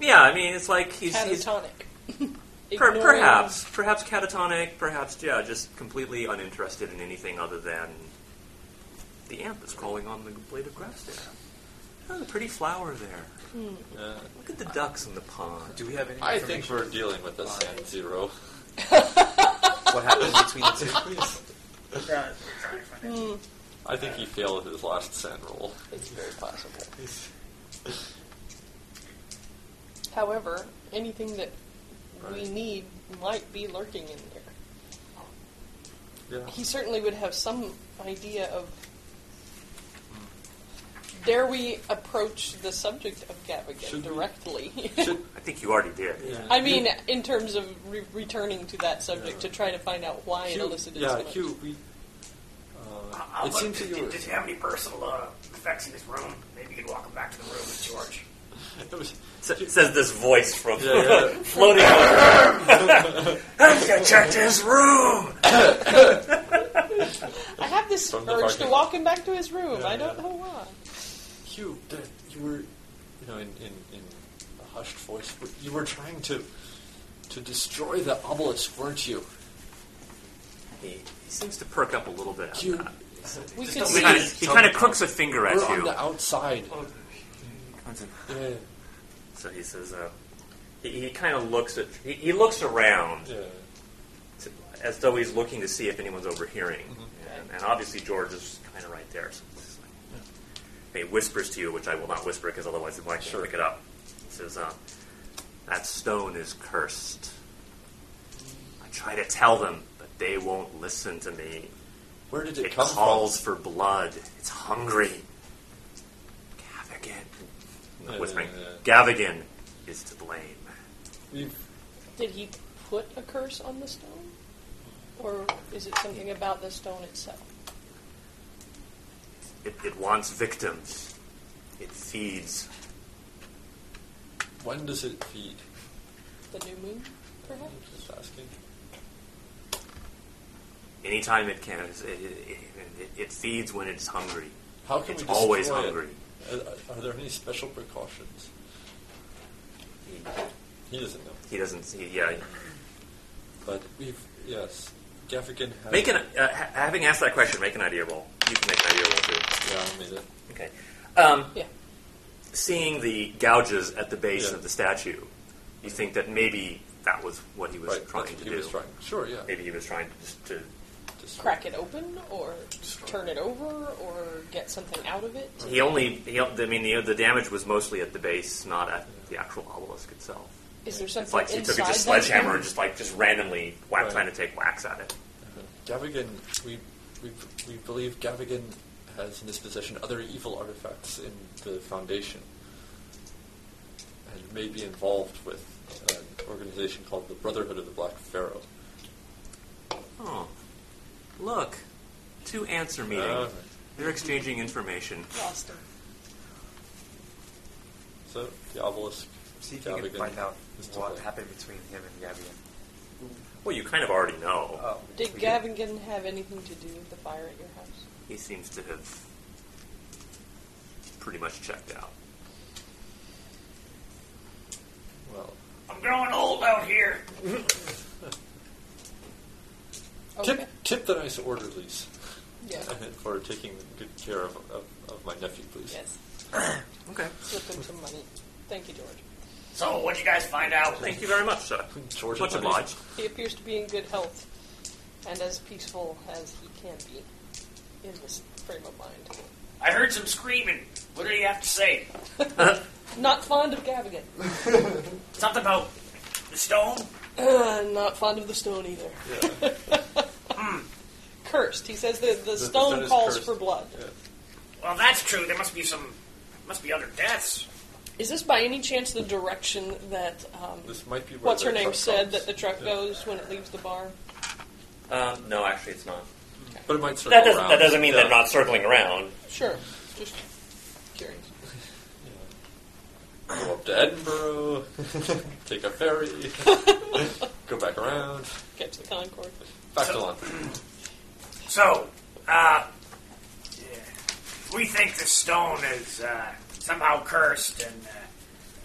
[SPEAKER 2] yeah. I mean, it's like he's, he's
[SPEAKER 4] Catatonic.
[SPEAKER 2] [LAUGHS] Per-
[SPEAKER 4] Ignoring-
[SPEAKER 2] perhaps, perhaps catatonic, perhaps yeah, just completely uninterested in anything other than the ant that's crawling on the blade of grass there. Oh, the pretty flower there.
[SPEAKER 4] Hmm.
[SPEAKER 5] Uh,
[SPEAKER 2] Look at the ducks in the pond.
[SPEAKER 6] Do we have any?
[SPEAKER 5] I think
[SPEAKER 6] information
[SPEAKER 5] we're dealing with a
[SPEAKER 4] [LAUGHS]
[SPEAKER 5] sand zero.
[SPEAKER 6] what happened between the two?
[SPEAKER 4] Hmm.
[SPEAKER 5] I think he failed his last sand roll.
[SPEAKER 4] It's very
[SPEAKER 5] [LAUGHS]
[SPEAKER 4] possible. However, anything that we
[SPEAKER 5] Right.
[SPEAKER 4] need might be lurking in there.
[SPEAKER 5] Yeah.
[SPEAKER 4] He certainly would have some idea of.
[SPEAKER 2] Hmm.
[SPEAKER 4] Dare we approach the subject of Gavigan
[SPEAKER 5] Should we-
[SPEAKER 4] directly? [LAUGHS]
[SPEAKER 5] Should-
[SPEAKER 2] I think you already did.
[SPEAKER 5] yeah.
[SPEAKER 4] I mean, in terms of re- returning to that subject to try to find out why it
[SPEAKER 5] Hugh,
[SPEAKER 4] elicited so
[SPEAKER 5] yeah,
[SPEAKER 4] much.
[SPEAKER 5] Hugh, we.
[SPEAKER 3] I'll-
[SPEAKER 5] Uh,
[SPEAKER 3] I'll
[SPEAKER 5] it
[SPEAKER 3] look.
[SPEAKER 5] seems that
[SPEAKER 3] Does-
[SPEAKER 5] you were.
[SPEAKER 3] Does he have any personal uh, effects in his room? Maybe you could walk him back to the room with George.
[SPEAKER 5] [LAUGHS] It
[SPEAKER 2] [LAUGHS]
[SPEAKER 5] was,
[SPEAKER 2] Sa- says this voice from
[SPEAKER 5] yeah,
[SPEAKER 2] [LAUGHS]
[SPEAKER 5] yeah.
[SPEAKER 2] floating over.
[SPEAKER 4] [LAUGHS] I have this
[SPEAKER 5] From the
[SPEAKER 4] urge to
[SPEAKER 5] parking
[SPEAKER 4] walk him back to his room.
[SPEAKER 5] Yeah,
[SPEAKER 4] I don't
[SPEAKER 5] yeah.
[SPEAKER 4] know why.
[SPEAKER 5] Hugh, that you were, you know, in, in, in a hushed voice, but you were trying to to destroy the obelisk, weren't you?
[SPEAKER 2] He, he seems to perk up a little bit.
[SPEAKER 5] You,
[SPEAKER 4] We could
[SPEAKER 2] He
[SPEAKER 4] see.
[SPEAKER 2] kind, of, he kind of crooks a finger at
[SPEAKER 5] we're on
[SPEAKER 2] you. Oh.
[SPEAKER 5] the outside. Yeah,
[SPEAKER 2] So he says, uh, he, he kind of looks at, he, he looks around.
[SPEAKER 5] yeah.
[SPEAKER 2] to- as though he's looking to see if anyone's overhearing.
[SPEAKER 5] Mm-hmm.
[SPEAKER 2] And, and obviously, George is kind of right there. So it's like, He whispers to you, which I will not whisper because otherwise the mic
[SPEAKER 5] Sure.
[SPEAKER 2] will pick it up. He says, uh, That stone is cursed. I try to tell them, but they won't listen to me.
[SPEAKER 5] Where did it,
[SPEAKER 2] It
[SPEAKER 5] come
[SPEAKER 2] calls for blood. It's hungry. Gavigan.
[SPEAKER 5] Yeah,
[SPEAKER 2] Not whispering.
[SPEAKER 5] yeah,
[SPEAKER 2] Gavigan is to blame.
[SPEAKER 5] from? We've,
[SPEAKER 4] Did he put a curse on the stone? Or is it something about the stone itself?
[SPEAKER 2] It, it wants victims. It feeds
[SPEAKER 5] when does it feed?
[SPEAKER 4] The new moon,
[SPEAKER 5] I'm
[SPEAKER 4] perhaps?
[SPEAKER 5] just asking.
[SPEAKER 2] Anytime it can, it, it, it, it feeds when it's hungry.
[SPEAKER 5] How can
[SPEAKER 2] it's
[SPEAKER 5] we destroy
[SPEAKER 2] always
[SPEAKER 5] it? Uh,
[SPEAKER 2] hungry.
[SPEAKER 5] Are, are there any special precautions? He doesn't know.
[SPEAKER 2] He doesn't. He, yeah.
[SPEAKER 5] But we've yes, Gaffigan has.
[SPEAKER 2] Make an uh, ha- having asked that question. Make an idea roll. You can make an idea roll too.
[SPEAKER 5] Yeah, I made it.
[SPEAKER 2] Okay. Um,
[SPEAKER 4] Yeah.
[SPEAKER 2] Seeing the gouges at the base
[SPEAKER 5] Yeah.
[SPEAKER 2] of the statue, you think that maybe that was what he was
[SPEAKER 5] Right, that's
[SPEAKER 2] trying
[SPEAKER 5] what
[SPEAKER 2] to
[SPEAKER 5] he
[SPEAKER 2] do.
[SPEAKER 5] was trying. Sure, yeah.
[SPEAKER 2] Maybe he was trying to just to
[SPEAKER 5] Just-
[SPEAKER 4] Crack it open, or turn it over, or get something out of it.
[SPEAKER 2] He only, he, I mean, the, the damage was mostly at the base, not at the actual obelisk itself.
[SPEAKER 4] Is there
[SPEAKER 2] It's
[SPEAKER 4] something
[SPEAKER 2] like he
[SPEAKER 4] inside
[SPEAKER 2] took a just
[SPEAKER 4] that
[SPEAKER 2] sledgehammer
[SPEAKER 4] thing?
[SPEAKER 2] and just like just randomly whack,
[SPEAKER 5] Right.
[SPEAKER 2] trying to take whacks at it.
[SPEAKER 5] Gavigan, we, we, we believe Gavigan has in his possession other evil artifacts in the Foundation and may be involved with an organization called the Brotherhood of the Black Pharaoh.
[SPEAKER 2] Oh, look, two answer meeting.
[SPEAKER 5] Uh,
[SPEAKER 2] They're exchanging information.
[SPEAKER 4] Lost him.
[SPEAKER 5] so, the obelisk.
[SPEAKER 6] See if you can
[SPEAKER 5] Gavigan
[SPEAKER 6] find out
[SPEAKER 5] is to
[SPEAKER 6] what
[SPEAKER 5] blame.
[SPEAKER 6] happened between him and Gavigan.
[SPEAKER 2] Well, you kind of already know.
[SPEAKER 6] Oh,
[SPEAKER 4] Did
[SPEAKER 6] we
[SPEAKER 4] Gavigan have anything to do with the fire at your house?
[SPEAKER 2] He seems to have pretty much checked out.
[SPEAKER 4] [LAUGHS]
[SPEAKER 5] Well,
[SPEAKER 3] I'm growing old out here.
[SPEAKER 4] Okay.
[SPEAKER 5] tip, tip the nice orderlies
[SPEAKER 4] Oh, Yeah.
[SPEAKER 5] [LAUGHS] for taking good care of, of, of my nephew, please. [CLEARS THROAT]
[SPEAKER 4] Yes.
[SPEAKER 2] Okay.
[SPEAKER 4] Slip him some money. Thank you, George.
[SPEAKER 3] So, what'd you guys find out?
[SPEAKER 2] Thank you very much, sir.
[SPEAKER 5] George
[SPEAKER 2] much
[SPEAKER 5] Money.
[SPEAKER 2] obliged.
[SPEAKER 4] He appears to be in good health and as peaceful as he can be in this frame of mind.
[SPEAKER 3] I heard some screaming. What did he have to say?
[SPEAKER 4] Not fond of Gavigan. [CLEARS THROAT]
[SPEAKER 3] Something about the stone?
[SPEAKER 4] Uh, not fond of the stone either. [LAUGHS] cursed. He says the, the, stone,
[SPEAKER 5] Hmm. stone is
[SPEAKER 4] calls
[SPEAKER 5] cursed.
[SPEAKER 4] for blood.
[SPEAKER 3] Well, that's true. There must be some, must be other deaths.
[SPEAKER 4] Is this by any chance the direction that um,
[SPEAKER 5] This might be where
[SPEAKER 4] what's
[SPEAKER 5] the
[SPEAKER 4] her name
[SPEAKER 5] truck
[SPEAKER 4] said
[SPEAKER 5] comes.
[SPEAKER 4] that the truck
[SPEAKER 5] Yeah.
[SPEAKER 4] goes when it leaves the bar?
[SPEAKER 2] Uh, no, actually, it's not.
[SPEAKER 5] But it might circle
[SPEAKER 2] That doesn't,
[SPEAKER 5] around.
[SPEAKER 2] that doesn't mean
[SPEAKER 5] yeah.
[SPEAKER 2] they're not circling around.
[SPEAKER 4] Sure. Just curious.
[SPEAKER 5] Go up
[SPEAKER 2] [LAUGHS]
[SPEAKER 5] to Edinburgh, take a ferry, go back around,
[SPEAKER 4] Get to the Concord.
[SPEAKER 5] back to London.
[SPEAKER 3] So, uh, yeah, we think the stone is uh, somehow cursed and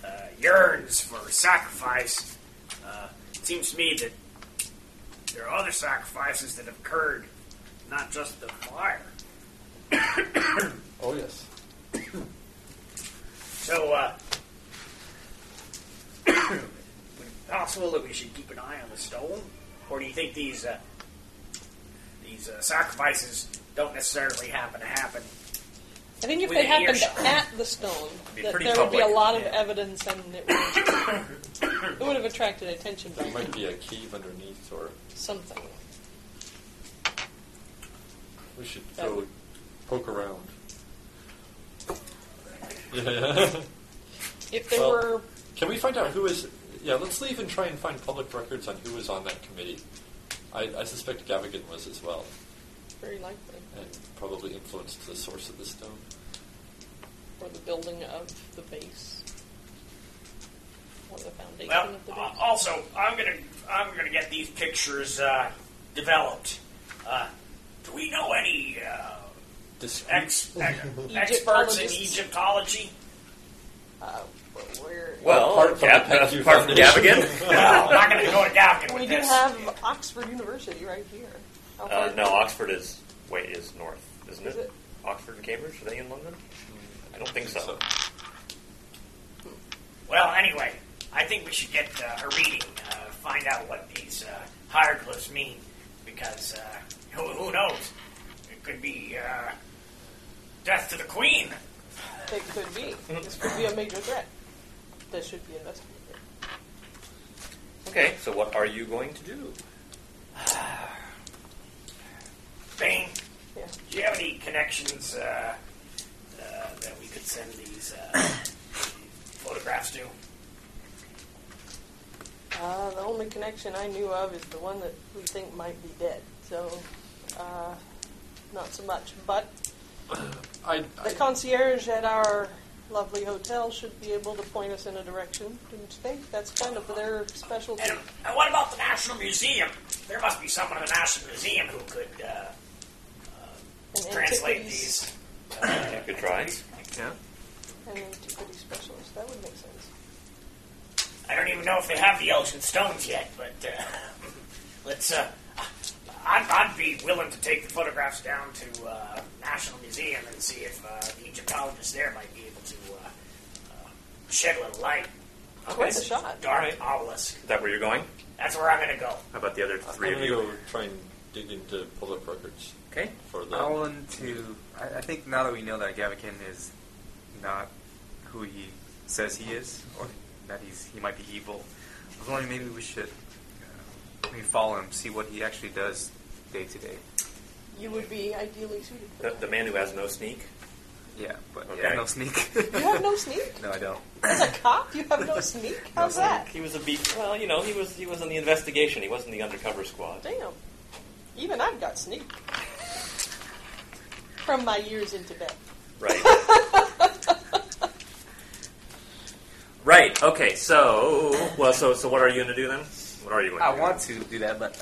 [SPEAKER 3] uh, uh, yearns for sacrifice. Uh, it seems to me that there are other sacrifices that have occurred, not just the fire.
[SPEAKER 5] Oh yes.
[SPEAKER 3] So, uh, [COUGHS] would it be possible that we should keep an eye on the stone, or do you think these uh, these uh, sacrifices don't necessarily happen to happen?
[SPEAKER 4] I think if
[SPEAKER 3] Within
[SPEAKER 4] they happened
[SPEAKER 3] earshot.
[SPEAKER 4] at the stone,
[SPEAKER 2] Be
[SPEAKER 4] that
[SPEAKER 2] pretty
[SPEAKER 4] there would be a
[SPEAKER 2] public,
[SPEAKER 4] lot of
[SPEAKER 3] yeah.
[SPEAKER 4] evidence and it would, [COUGHS] it would have attracted attention by
[SPEAKER 5] There might be a cave underneath, or
[SPEAKER 4] something.
[SPEAKER 5] we should
[SPEAKER 4] That
[SPEAKER 5] go
[SPEAKER 4] would-
[SPEAKER 5] poke around.
[SPEAKER 2] [LAUGHS]
[SPEAKER 5] Yeah.
[SPEAKER 4] If there
[SPEAKER 5] Well-
[SPEAKER 4] were
[SPEAKER 5] Can we find out who is? Yeah, let's leave and try and find public records on who was on that committee. I, I suspect Gavigan was as well,
[SPEAKER 4] very likely,
[SPEAKER 5] and probably influenced the source of the stone.
[SPEAKER 4] or the building of the base, or the foundation
[SPEAKER 3] Well,
[SPEAKER 4] of the
[SPEAKER 3] uh,
[SPEAKER 4] base.
[SPEAKER 3] also, I'm gonna I'm gonna get these pictures uh, developed. Uh, do we know any uh,
[SPEAKER 5] Discreet.
[SPEAKER 3] ex, ex, experts
[SPEAKER 4] [LAUGHS]
[SPEAKER 3] in
[SPEAKER 4] Egyptologists.
[SPEAKER 3] Egyptology?
[SPEAKER 4] Uh, but we're,
[SPEAKER 2] Well,
[SPEAKER 5] apart from the
[SPEAKER 2] Gav-
[SPEAKER 5] Peck
[SPEAKER 2] apart from
[SPEAKER 5] Foundation.
[SPEAKER 2] Gavigan. [LAUGHS]
[SPEAKER 3] No, I'm not gonna go to Gavkin with
[SPEAKER 4] we do
[SPEAKER 3] this.
[SPEAKER 4] have Oxford University right here. How
[SPEAKER 2] Uh,
[SPEAKER 4] far-
[SPEAKER 2] no, Oxford is wait is north, isn't
[SPEAKER 4] Is
[SPEAKER 2] it?
[SPEAKER 4] it?
[SPEAKER 2] Oxford and Cambridge are they in London? Hmm, I don't think so.
[SPEAKER 5] So,
[SPEAKER 3] Well, anyway, I think we should get uh, a reading, uh, find out what these uh, hieroglyphs mean, because uh, who, who knows? It could be uh, death to the queen.
[SPEAKER 4] It could be. This could be a major threat that should be investigated.
[SPEAKER 2] Okay, so what are you going to do?
[SPEAKER 3] Bing,
[SPEAKER 4] Yeah.
[SPEAKER 3] do you have any connections uh, uh, that we could send these uh, [COUGHS] photographs to?
[SPEAKER 4] Uh, the only connection I knew of is the one that we think might be dead. So, uh, not so much. But
[SPEAKER 5] I,
[SPEAKER 4] the
[SPEAKER 5] I,
[SPEAKER 4] concierge at our lovely hotel should be able to point us in a direction, don't you think? That's kind of their specialty.
[SPEAKER 3] And, and what about the National Museum? There must be someone at the National Museum who could uh,
[SPEAKER 4] An
[SPEAKER 3] translate
[SPEAKER 4] antiquities-
[SPEAKER 3] these.
[SPEAKER 2] You could try. Yeah.
[SPEAKER 4] An antiquity specialist. That would make sense.
[SPEAKER 3] I don't even know if they have the Elgin Stones yet, but uh, [LAUGHS] let's. Uh, I'd, I'd be willing to take the photographs down to uh, National Museum and see if uh, the Egyptologists there might be able to uh, uh, shed a little light.
[SPEAKER 4] Quite a shot.
[SPEAKER 3] Dark
[SPEAKER 2] Alright.
[SPEAKER 3] obelisk.
[SPEAKER 2] Is that where you're going?
[SPEAKER 3] That's where I'm gonna go.
[SPEAKER 2] How about the other
[SPEAKER 5] I'm
[SPEAKER 2] three of
[SPEAKER 5] gonna
[SPEAKER 2] you?
[SPEAKER 5] go try and dig into public records
[SPEAKER 2] Okay.
[SPEAKER 5] for the.
[SPEAKER 6] I'll into. I, I think now that we know that Gavikin is not who he says he is, or that he's he might be evil, I was wondering maybe we should uh, maybe follow him, see what he actually does day to day.
[SPEAKER 4] You would be ideally suited for
[SPEAKER 2] The,
[SPEAKER 4] that.
[SPEAKER 2] the man who has no sneak.
[SPEAKER 6] Yeah, but
[SPEAKER 2] Okay.
[SPEAKER 6] yeah, no sneak.
[SPEAKER 4] [LAUGHS] You have no sneak?
[SPEAKER 6] [LAUGHS] no, I don't.
[SPEAKER 4] As a cop, you have no
[SPEAKER 6] [LAUGHS]
[SPEAKER 4] sneak? How's that?
[SPEAKER 2] He was a beat. Well, you know, he was he was in the investigation. He wasn't the undercover squad.
[SPEAKER 4] Damn. Even I've got sneak. From my years in Tibet. [LAUGHS]
[SPEAKER 2] Right. right. Okay. So, well, so so what are you going to do then? What are you going to
[SPEAKER 4] Uh,
[SPEAKER 6] I
[SPEAKER 2] do?
[SPEAKER 6] want to do that, but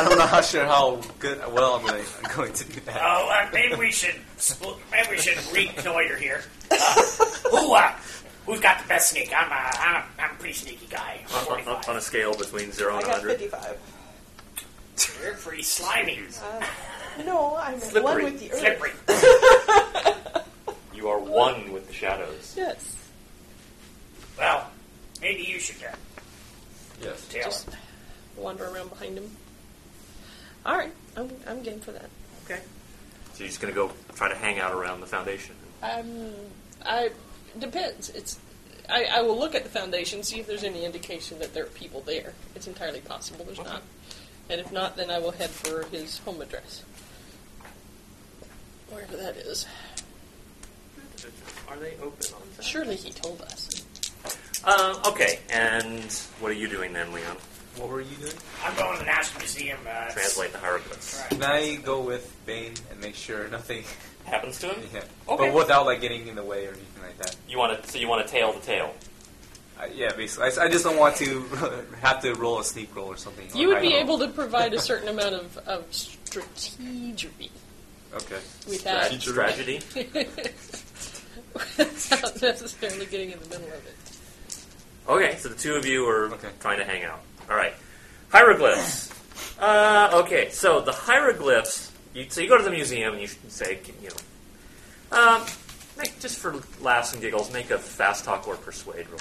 [SPEAKER 4] [LAUGHS]
[SPEAKER 6] [LAUGHS] I don't know how sure how good well I'm going, I'm going to do that.
[SPEAKER 3] Oh, uh, maybe we should spl- maybe we should reconnoiter here. Uh, who uh, who's got the best sneak? I'm a, I'm a, I'm a pretty sneaky guy. I'm
[SPEAKER 2] On, on- on- on
[SPEAKER 3] 45.
[SPEAKER 2] a scale between zero
[SPEAKER 4] I
[SPEAKER 2] and
[SPEAKER 4] got
[SPEAKER 2] hundred.
[SPEAKER 4] 55.
[SPEAKER 3] You're pretty slimy,
[SPEAKER 4] Uh, no, I'm at one
[SPEAKER 2] Slippery.
[SPEAKER 4] with the earth.
[SPEAKER 3] slippery.
[SPEAKER 2] You are one with the shadows.
[SPEAKER 4] Yes.
[SPEAKER 3] Well, maybe you should uh,
[SPEAKER 5] yes.
[SPEAKER 3] tell.
[SPEAKER 4] Just wander around behind him. All right, I'm, I'm game for that.
[SPEAKER 2] Okay. So you're just going to go try to hang out around the foundation.
[SPEAKER 4] Um, I depends. It's I, I will look at the foundation, see if there's any indication that there are people there. It's entirely possible there's not, and if not, then I will head for his home address, wherever that is.
[SPEAKER 2] Are they open on that?
[SPEAKER 4] Surely he told us.
[SPEAKER 2] Uh, okay. And what are you doing then, Leon?
[SPEAKER 6] What were you doing?
[SPEAKER 3] I'm going to the National Museum. Uh,
[SPEAKER 2] Translate the hieroglyphs.
[SPEAKER 3] Right.
[SPEAKER 6] Can I go with Bane and make sure nothing?
[SPEAKER 2] Happens to him.
[SPEAKER 6] yeah.
[SPEAKER 2] Okay.
[SPEAKER 6] But without like getting in the way or anything like that.
[SPEAKER 2] You want to? So you want to tail the tail?
[SPEAKER 6] I, yeah, basically. I, s- I just don't want to [LAUGHS] have to roll a sneak roll or something.
[SPEAKER 4] You
[SPEAKER 6] or
[SPEAKER 4] would be
[SPEAKER 6] hide
[SPEAKER 4] able to [LAUGHS] provide a certain amount of of strategery.
[SPEAKER 6] roll. Okay.
[SPEAKER 4] We'd have
[SPEAKER 2] Tragedy.
[SPEAKER 4] [LAUGHS] without necessarily getting in the middle of it.
[SPEAKER 2] Okay, so the two of you are
[SPEAKER 6] Okay.
[SPEAKER 2] trying to hang out. All right, hieroglyphs. Uh, okay, so the hieroglyphs. You, so you go to the museum and you say, you know, um, make, just for laughs and giggles, make a fast talk or persuade roll.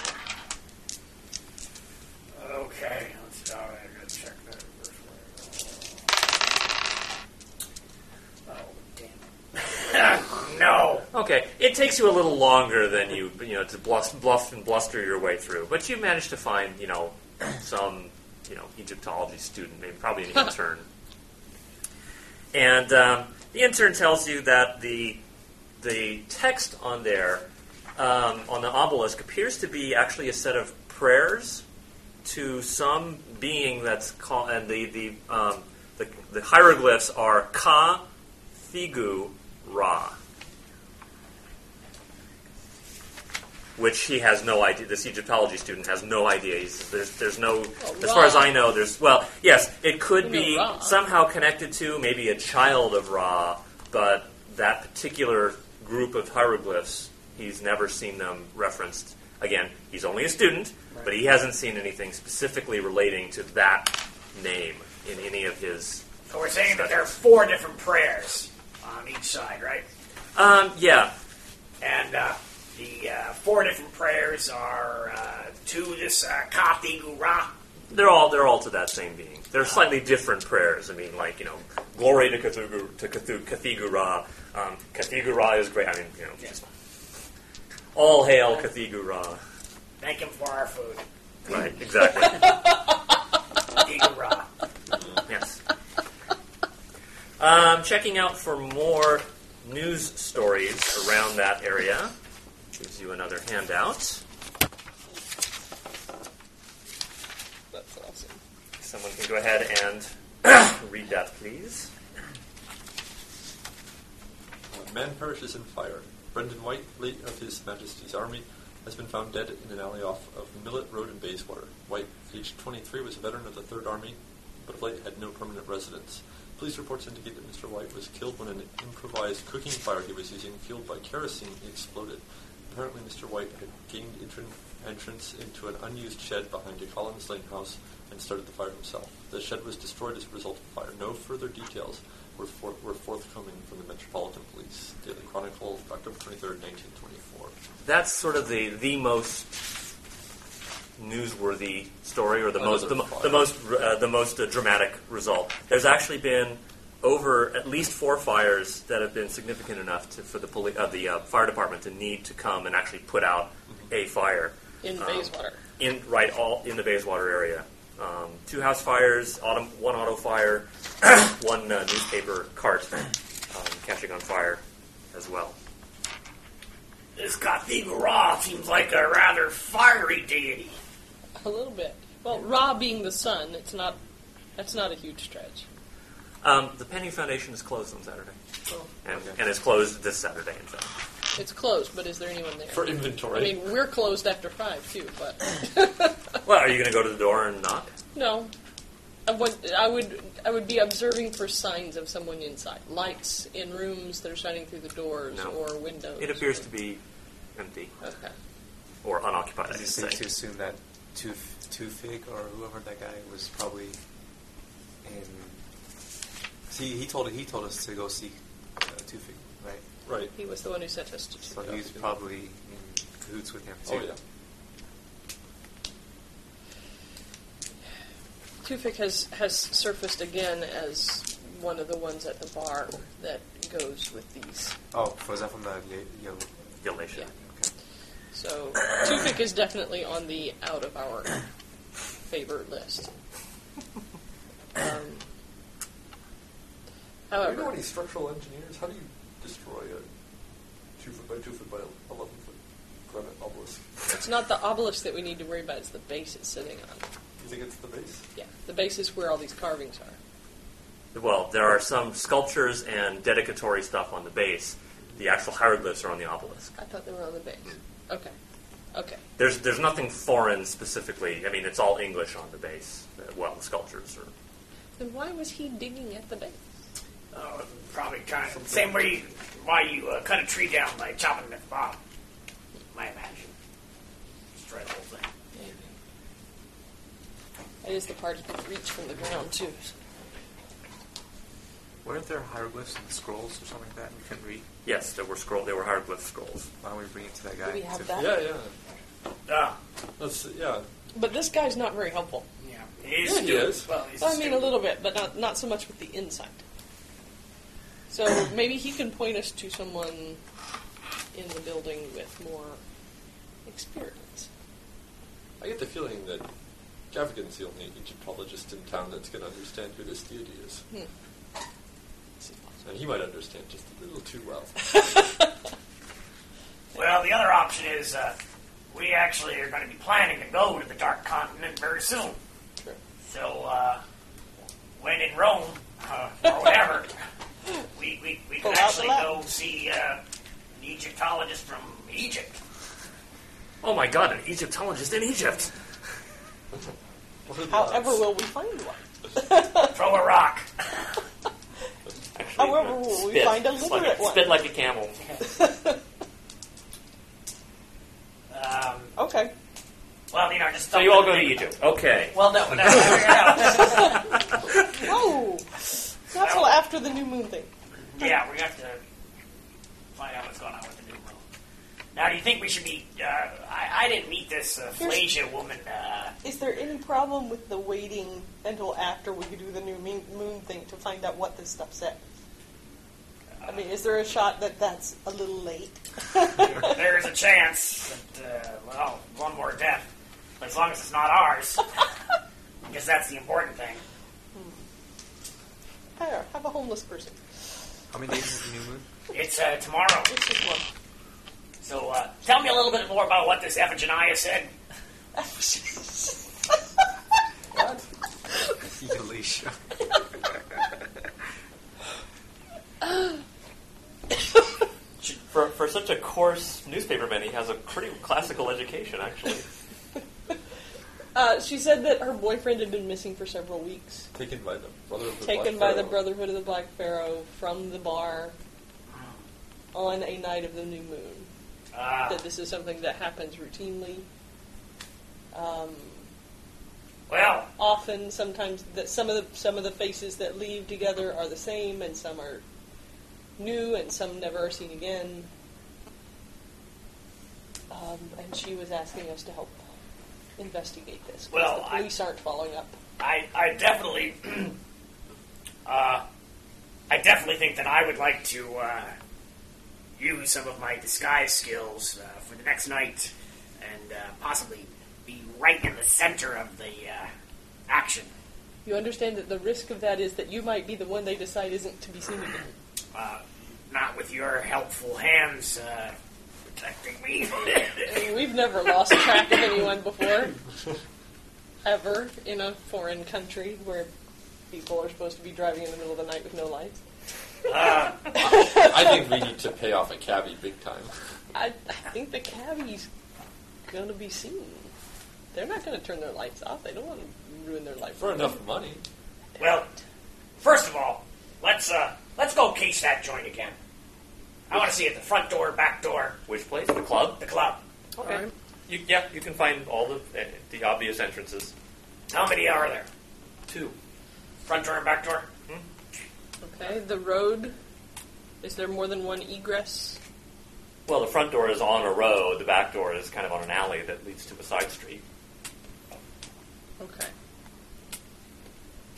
[SPEAKER 3] Okay, let's all right, I gotta check that first one. Oh damn! [LAUGHS] no.
[SPEAKER 2] Okay, it takes you a little longer than you you know to bluff, bluff and bluster your way through, but you manage to find you know some you know Egyptology student, maybe probably an intern, and um, the intern tells you that the the text on there um, on the obelisk appears to be actually a set of prayers to some being that's called, and the the um, the, the hieroglyphs are Ka Thigu Ra. which he has no idea. This Egyptology student has no idea. He's, there's, there's no, as far as I know, there's well, yes, it could
[SPEAKER 4] You know,
[SPEAKER 2] be
[SPEAKER 4] Ra.
[SPEAKER 2] somehow connected to maybe a child of Ra, but that particular group of hieroglyphs, he's never seen them referenced. Again, he's only a student, but he hasn't seen anything specifically relating to that name in any of his.
[SPEAKER 3] So we're saying that there are four different prayers on each side, right?
[SPEAKER 2] Um, yeah,
[SPEAKER 3] And uh, the uh, four different prayers are uh, to this uh, Kati Gura.
[SPEAKER 2] They're all they're all to that same being. They're slightly different prayers. I mean, like you know, glory to Cthulhu, to Cthu- Cthigu Ra. Um, Cthigu Ra is great. I mean, you know, just all hail Cthigu Ra.
[SPEAKER 3] Thank him for our food.
[SPEAKER 2] Right, exactly.
[SPEAKER 3] Kati Gura.
[SPEAKER 2] yes. Um, checking out for more news stories around that area gives you another handout.
[SPEAKER 4] That's awesome.
[SPEAKER 2] Someone can go ahead and [CLEARS THROAT] read that, please.
[SPEAKER 5] Man perishes in fire. Brendan White, late of His Majesty's Army, has been found dead in an alley off of Millet Road in Bayswater. White, aged 23, was a veteran of the Third Army, but of late had no permanent residence. Police reports indicate that Mr. White was killed when an improvised cooking fire he was using, fueled by kerosene, exploded. Apparently, Mr. White had gained intrin- entrance into an unused shed behind a Collins Lane house and started the fire himself. The shed was destroyed as a result of fire. No further details were, for- were forthcoming from the Metropolitan Police. Daily Chronicle, October 23rd, 1924.
[SPEAKER 2] That's sort of the the most newsworthy story, or the most the, mo- the most uh, the most uh, dramatic result. There's actually been over at least four fires that have been significant enough to, for the poli- uh, the uh, fire department to need to come and actually put out a fire
[SPEAKER 4] in
[SPEAKER 2] Um,
[SPEAKER 4] Bayswater.
[SPEAKER 2] in right all in the Bayswater area. Um, two house fires, autumn, one auto fire, [COUGHS] one uh, newspaper cart um, catching on fire as well.
[SPEAKER 3] This Cathedral Ra seems like a rather fiery deity.
[SPEAKER 4] A little bit. Well, Ra being the sun, it's not. That's not a huge stretch.
[SPEAKER 2] Um, the Penny Foundation is closed on Saturday, and, and is closed this Saturday. In fact,
[SPEAKER 4] It's closed, but is there anyone there?
[SPEAKER 5] For
[SPEAKER 4] I
[SPEAKER 5] inventory.
[SPEAKER 4] mean, we're closed after five too,
[SPEAKER 2] [LAUGHS]
[SPEAKER 4] but [LAUGHS]
[SPEAKER 2] well, are you going to go to the door and knock?
[SPEAKER 4] no. I would, I would, I would be observing for signs of someone inside, lights in rooms that are shining through the doors
[SPEAKER 2] No.
[SPEAKER 4] or windows.
[SPEAKER 2] It appears to be empty
[SPEAKER 4] Okay.
[SPEAKER 2] or unoccupied. I
[SPEAKER 6] Is it
[SPEAKER 2] should
[SPEAKER 6] safe to
[SPEAKER 2] say.
[SPEAKER 6] assume that Two Fig or whoever that guy was probably in? See, he told he told us to go see uh, Two Fig, right?
[SPEAKER 5] Right.
[SPEAKER 4] He was the one who sent us to. do
[SPEAKER 6] So
[SPEAKER 5] Yeah.
[SPEAKER 6] he's probably in cahoots with him too.
[SPEAKER 5] Oh, yeah.
[SPEAKER 4] Tufik has, has surfaced again as one of the ones at the bar that goes with these.
[SPEAKER 6] Oh, was that from the Ye- Yellow?
[SPEAKER 2] Galatian.
[SPEAKER 4] Yeah.
[SPEAKER 6] Okay.
[SPEAKER 4] So Tufik is definitely on the out of our favor list. Um,
[SPEAKER 5] Do you know
[SPEAKER 4] however,
[SPEAKER 5] any structural engineers? How do you destroy a two foot by two foot by eleven foot granite obelisk?
[SPEAKER 4] it's not the obelisk that we need to worry about, it's the base it's sitting on.
[SPEAKER 5] You think it's the base?
[SPEAKER 4] Yeah, the base is where all these carvings are.
[SPEAKER 2] Well, there are some sculptures and dedicatory stuff on the base. The actual hieroglyphs are on the obelisk.
[SPEAKER 4] I thought they were on the base. Okay. Okay.
[SPEAKER 2] There's there's nothing foreign specifically. I mean, it's all English on the base. Uh, Well, the sculptures are
[SPEAKER 4] Then why was he digging at the base?
[SPEAKER 3] Oh, probably kind of same way you, why you uh, cut a tree down by chopping it at the bottom. My imagine. Destroy the whole thing.
[SPEAKER 4] Maybe. That is the part he could reach from the ground too.
[SPEAKER 6] Weren't there hieroglyphs and scrolls or something like that we couldn't read?
[SPEAKER 2] Yes, there were scroll. There were hieroglyph scrolls.
[SPEAKER 6] Why don't we bring it to that guy?
[SPEAKER 4] we have
[SPEAKER 6] to-
[SPEAKER 4] that?
[SPEAKER 5] Yeah, yeah.
[SPEAKER 3] Ah,
[SPEAKER 5] That's yeah.
[SPEAKER 4] But this guy's not very helpful.
[SPEAKER 3] yeah. He's
[SPEAKER 5] Yeah, he
[SPEAKER 3] stupid.
[SPEAKER 5] is.
[SPEAKER 3] Well, he's
[SPEAKER 4] Well, I mean, a
[SPEAKER 3] stupid.
[SPEAKER 4] little bit, but not not so much with the insight. So [COUGHS] maybe he can point us to someone in the building with more experience.
[SPEAKER 5] I get the feeling that Gavigan's the only Egyptologist in town that's going to understand who this deity is,
[SPEAKER 4] Hmm. This is possible.
[SPEAKER 5] and he might understand just a little too
[SPEAKER 4] [LAUGHS]
[SPEAKER 5] well.
[SPEAKER 3] Well, the other option is uh, we actually are going to be planning to go to the Dark Continent very soon.
[SPEAKER 5] Sure.
[SPEAKER 3] So, uh, when in Rome, uh, or
[SPEAKER 4] [LAUGHS]
[SPEAKER 3] whatever, we, we, we
[SPEAKER 4] Pull
[SPEAKER 3] could
[SPEAKER 4] out the
[SPEAKER 3] actually
[SPEAKER 4] Latin.
[SPEAKER 3] go see uh, an Egyptologist from Egypt.
[SPEAKER 2] Oh my God! An Egyptologist in Egypt.
[SPEAKER 4] However, will we find one?
[SPEAKER 3] Throw a rock.
[SPEAKER 4] However, will Oh, we find a
[SPEAKER 2] Spit like
[SPEAKER 4] literate
[SPEAKER 2] a-
[SPEAKER 4] one?
[SPEAKER 2] Spit like a camel.
[SPEAKER 3] Um,
[SPEAKER 4] Okay.
[SPEAKER 3] well, you know, just
[SPEAKER 2] So you all go to Egypt. Okay.
[SPEAKER 3] Well, no,
[SPEAKER 2] [LAUGHS]
[SPEAKER 3] no, no, no, no.
[SPEAKER 4] Oh, not till after the new moon thing.
[SPEAKER 3] yeah, we have to find out what's going on with the new world. Now, do you think we should be? Uh, I, I didn't meet this uh,
[SPEAKER 4] Here's-
[SPEAKER 3] Flasia woman. Uh,
[SPEAKER 4] Is there any problem with the waiting until after we do the new moon moon thing to find out what this stuff said? I mean, is there a shot that that's a little late?
[SPEAKER 3] there is a chance that, uh, well, one more death. But as long as it's not ours, because that's the important thing.
[SPEAKER 4] There, have a homeless person.
[SPEAKER 6] How many days is the new moon?
[SPEAKER 3] It's uh, tomorrow.
[SPEAKER 4] It's just one.
[SPEAKER 3] So uh, tell me a little bit more about what this Iphigenia said.
[SPEAKER 6] Alicia.
[SPEAKER 2] For, for such a coarse newspaperman, he has a pretty classical education, actually.
[SPEAKER 4] Uh, she said that her boyfriend had been missing for several weeks,
[SPEAKER 5] Taken by the brother of the
[SPEAKER 4] taken
[SPEAKER 5] Black
[SPEAKER 4] by the
[SPEAKER 5] Pharaoh.
[SPEAKER 4] Brotherhood of the Black Pharaoh from the bar on a night of the new moon.
[SPEAKER 3] Uh,
[SPEAKER 5] Ah.
[SPEAKER 4] That this is something that happens routinely, Um,
[SPEAKER 3] Well,
[SPEAKER 4] often, sometimes that some of the some of the faces that leave together are the same, and some are new, and some never are seen again. Um, and she was asking us to help investigate this. 'cause
[SPEAKER 3] Well,
[SPEAKER 4] the
[SPEAKER 3] I-
[SPEAKER 4] police aren't following up.
[SPEAKER 3] I, I definitely, [CLEARS THROAT] uh, I definitely think that I would like to uh, use some of my disguise skills uh, for the next night, and uh, possibly be right in the center of the uh, action.
[SPEAKER 4] You understand that the risk of that is that you might be the one they decide isn't to be seen again.
[SPEAKER 3] Uh, not with your helpful hands uh, protecting me. [LAUGHS]
[SPEAKER 4] I mean, we've never lost track of anyone before, ever, in a foreign country where people are supposed to be driving in the middle of the night with no lights.
[SPEAKER 3] uh,
[SPEAKER 5] I think we need to pay off a cabbie big time.
[SPEAKER 4] I, I think the cabbie's going to be seen. They're not going to turn their lights off. They don't want to ruin their life.
[SPEAKER 5] For enough money.
[SPEAKER 3] well, first of all, let's uh, let's go case that joint again. I want to see it the front door, back door,
[SPEAKER 2] Which place? The club?
[SPEAKER 3] the club.
[SPEAKER 2] Okay. You, yeah, you can find all the uh, the obvious entrances.
[SPEAKER 3] How many are there?
[SPEAKER 2] Two.
[SPEAKER 3] Front door and back door?
[SPEAKER 4] Okay, the road. Is there more than one egress?
[SPEAKER 2] Well, the front door is on a road. The back door is kind of on an alley that leads to a side street.
[SPEAKER 4] Okay.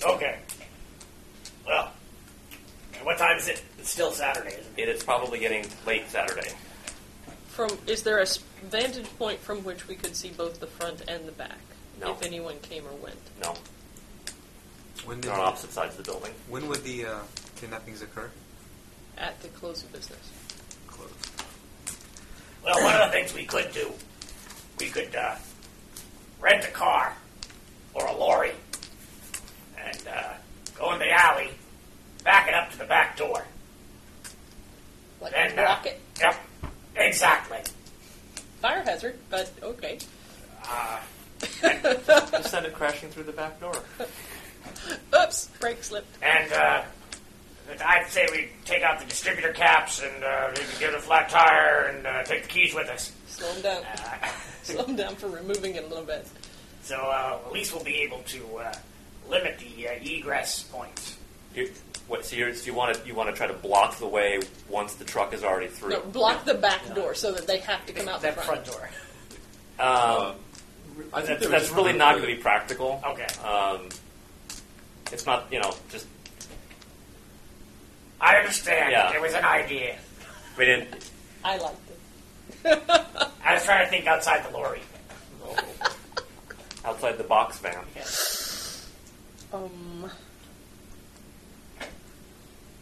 [SPEAKER 3] Okay. Well, and what time is it? It's still Saturday, isn't it?
[SPEAKER 2] It is probably getting late Saturday.
[SPEAKER 4] From is there a s- vantage point from which we could see both the front and the back?
[SPEAKER 2] No.
[SPEAKER 4] If anyone came or went.
[SPEAKER 2] No,
[SPEAKER 6] When did
[SPEAKER 2] they're on opposite sides of the building.
[SPEAKER 6] when would the uh, kidnappings occur?
[SPEAKER 4] at the close of business.
[SPEAKER 6] Close.
[SPEAKER 3] Well, one of the things we could do, we could uh, rent a car or a lorry and uh, go in the alley, back it up to the back door.
[SPEAKER 4] Like
[SPEAKER 3] Then, uh,
[SPEAKER 4] rocket.
[SPEAKER 3] Yep, exactly.
[SPEAKER 4] Fire hazard, but okay.
[SPEAKER 3] Uh,
[SPEAKER 2] [LAUGHS] Just send it crashing through the back door.
[SPEAKER 4] Oops, brake slipped.
[SPEAKER 3] and uh, I'd say we take out the distributor caps and uh, maybe give it a flat tire and uh, take the keys with us.
[SPEAKER 4] Slow him down.
[SPEAKER 3] Uh,
[SPEAKER 2] [LAUGHS]
[SPEAKER 4] Slow him down for removing it a little bit.
[SPEAKER 3] So uh, at least we'll be able to uh, limit the uh, egress points.
[SPEAKER 2] You, what, so you're, so you want to you want to try to block the way once the truck is already through.
[SPEAKER 4] No, block the back door so that they have to come out the
[SPEAKER 3] that
[SPEAKER 4] front.
[SPEAKER 3] door.
[SPEAKER 2] Um,
[SPEAKER 5] I think
[SPEAKER 2] that's
[SPEAKER 5] they were
[SPEAKER 2] that's
[SPEAKER 5] just
[SPEAKER 2] really not going
[SPEAKER 5] really-
[SPEAKER 2] to be practical.
[SPEAKER 3] Okay.
[SPEAKER 2] Um, it's not you know just
[SPEAKER 3] I understand.
[SPEAKER 2] Yeah.
[SPEAKER 3] It was an idea.
[SPEAKER 2] I mean it,
[SPEAKER 4] I liked it.
[SPEAKER 2] [LAUGHS]
[SPEAKER 3] I was trying to think outside the lorry. [LAUGHS]
[SPEAKER 2] outside the box van.
[SPEAKER 4] Um.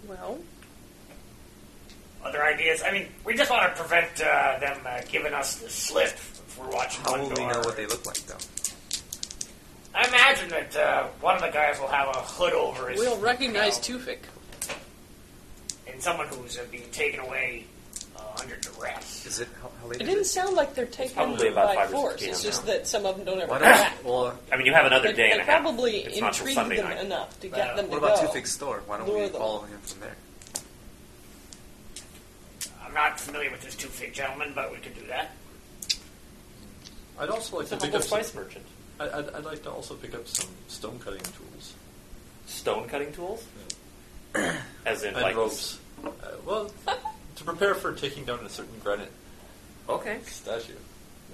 [SPEAKER 4] Well,
[SPEAKER 3] Other ideas? I mean, we just want to prevent uh, them uh, giving us the slip if we're watching
[SPEAKER 6] How
[SPEAKER 3] one
[SPEAKER 6] will we
[SPEAKER 3] door.
[SPEAKER 6] know what they look like, though?
[SPEAKER 3] I imagine that uh, one of the guys will have a hood over his.
[SPEAKER 4] we'll recognize
[SPEAKER 3] you
[SPEAKER 4] Tufik.
[SPEAKER 3] know, And someone who's uh, being taken away uh, under duress.
[SPEAKER 6] Is it how, how late?
[SPEAKER 4] It
[SPEAKER 6] is
[SPEAKER 4] didn't sound like they're taken
[SPEAKER 2] probably about
[SPEAKER 4] by
[SPEAKER 2] five or
[SPEAKER 4] force.
[SPEAKER 2] six
[SPEAKER 4] It's
[SPEAKER 2] PM
[SPEAKER 4] just
[SPEAKER 2] now.
[SPEAKER 4] that some of them don't ever
[SPEAKER 6] Why
[SPEAKER 4] come
[SPEAKER 6] not?
[SPEAKER 4] back.
[SPEAKER 6] Well,
[SPEAKER 2] I mean you have another
[SPEAKER 4] They,
[SPEAKER 2] day
[SPEAKER 4] they
[SPEAKER 2] and a half.
[SPEAKER 4] probably
[SPEAKER 2] It's not till
[SPEAKER 4] intrigued
[SPEAKER 2] Sunday
[SPEAKER 4] them
[SPEAKER 2] night.
[SPEAKER 4] enough to
[SPEAKER 3] Uh,
[SPEAKER 4] get them
[SPEAKER 6] what
[SPEAKER 4] to
[SPEAKER 6] about
[SPEAKER 4] go.
[SPEAKER 6] Tufik's store? Why don't
[SPEAKER 4] Lure
[SPEAKER 6] we
[SPEAKER 4] them.
[SPEAKER 6] follow him from there?
[SPEAKER 3] I'm not familiar with this two-fig gentleman, but we could do that.
[SPEAKER 5] [LAUGHS] I'd also like
[SPEAKER 2] It's a
[SPEAKER 5] to pick
[SPEAKER 2] humble
[SPEAKER 5] up. Some,
[SPEAKER 2] spice merchant.
[SPEAKER 5] I- I'd, I'd like to also pick up some stone cutting tools
[SPEAKER 2] Stone cutting tools, as in
[SPEAKER 5] and
[SPEAKER 2] like
[SPEAKER 5] ropes. Uh, well, [LAUGHS] to prepare for taking down a certain granite
[SPEAKER 2] Okay.
[SPEAKER 5] statue.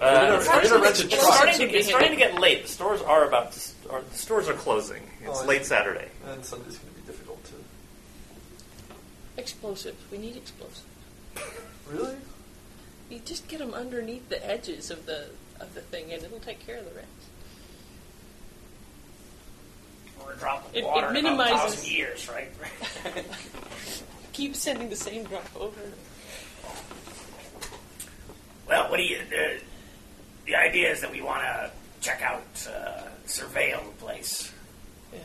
[SPEAKER 2] Uh,
[SPEAKER 5] We're gonna- we're gonna rent a
[SPEAKER 2] It's
[SPEAKER 5] truck.
[SPEAKER 2] starting, to, it's starting to get late. The stores are about to. St- are, the stores are closing. It's
[SPEAKER 5] Oh, I
[SPEAKER 2] late
[SPEAKER 5] see.
[SPEAKER 2] Saturday.
[SPEAKER 5] And Sunday's going to be difficult too.
[SPEAKER 4] Explosives. We need explosives.
[SPEAKER 5] Really?
[SPEAKER 4] You just get them underneath the edges of the of the thing, and it'll take care of the
[SPEAKER 6] [LAUGHS]
[SPEAKER 4] rest.
[SPEAKER 3] Or a drop of
[SPEAKER 4] It- it
[SPEAKER 3] water in about a
[SPEAKER 4] minimizes-
[SPEAKER 3] thousand
[SPEAKER 4] [LAUGHS]
[SPEAKER 3] years, right?
[SPEAKER 4] Keep sending the same drop over.
[SPEAKER 3] well, what do you? Uh, the idea is that we want to check out, uh, surveil the place. Um,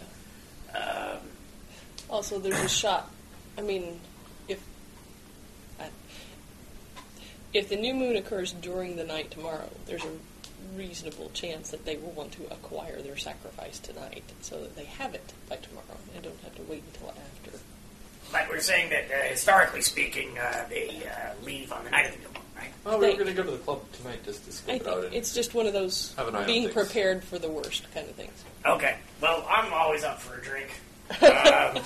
[SPEAKER 4] Yeah. Um, also, there's a shot. I mean, if I, if the new moon occurs during the night tomorrow, there's a reasonable chance that they will want to acquire their sacrifice tonight, so that they have it by tomorrow and don't have to wait until after.
[SPEAKER 3] But we're saying that uh, historically speaking, uh, they uh, leave on the night of the new moon,
[SPEAKER 5] Oh, we were
[SPEAKER 4] They-
[SPEAKER 5] going to go to the club tonight just to
[SPEAKER 4] I
[SPEAKER 5] scope it out.
[SPEAKER 4] think
[SPEAKER 5] and-
[SPEAKER 4] it's just one of those
[SPEAKER 5] Have an eye on
[SPEAKER 4] being
[SPEAKER 5] things.
[SPEAKER 4] prepared for the worst kind of things.
[SPEAKER 3] Okay. Well, I'm always up for a drink. Um,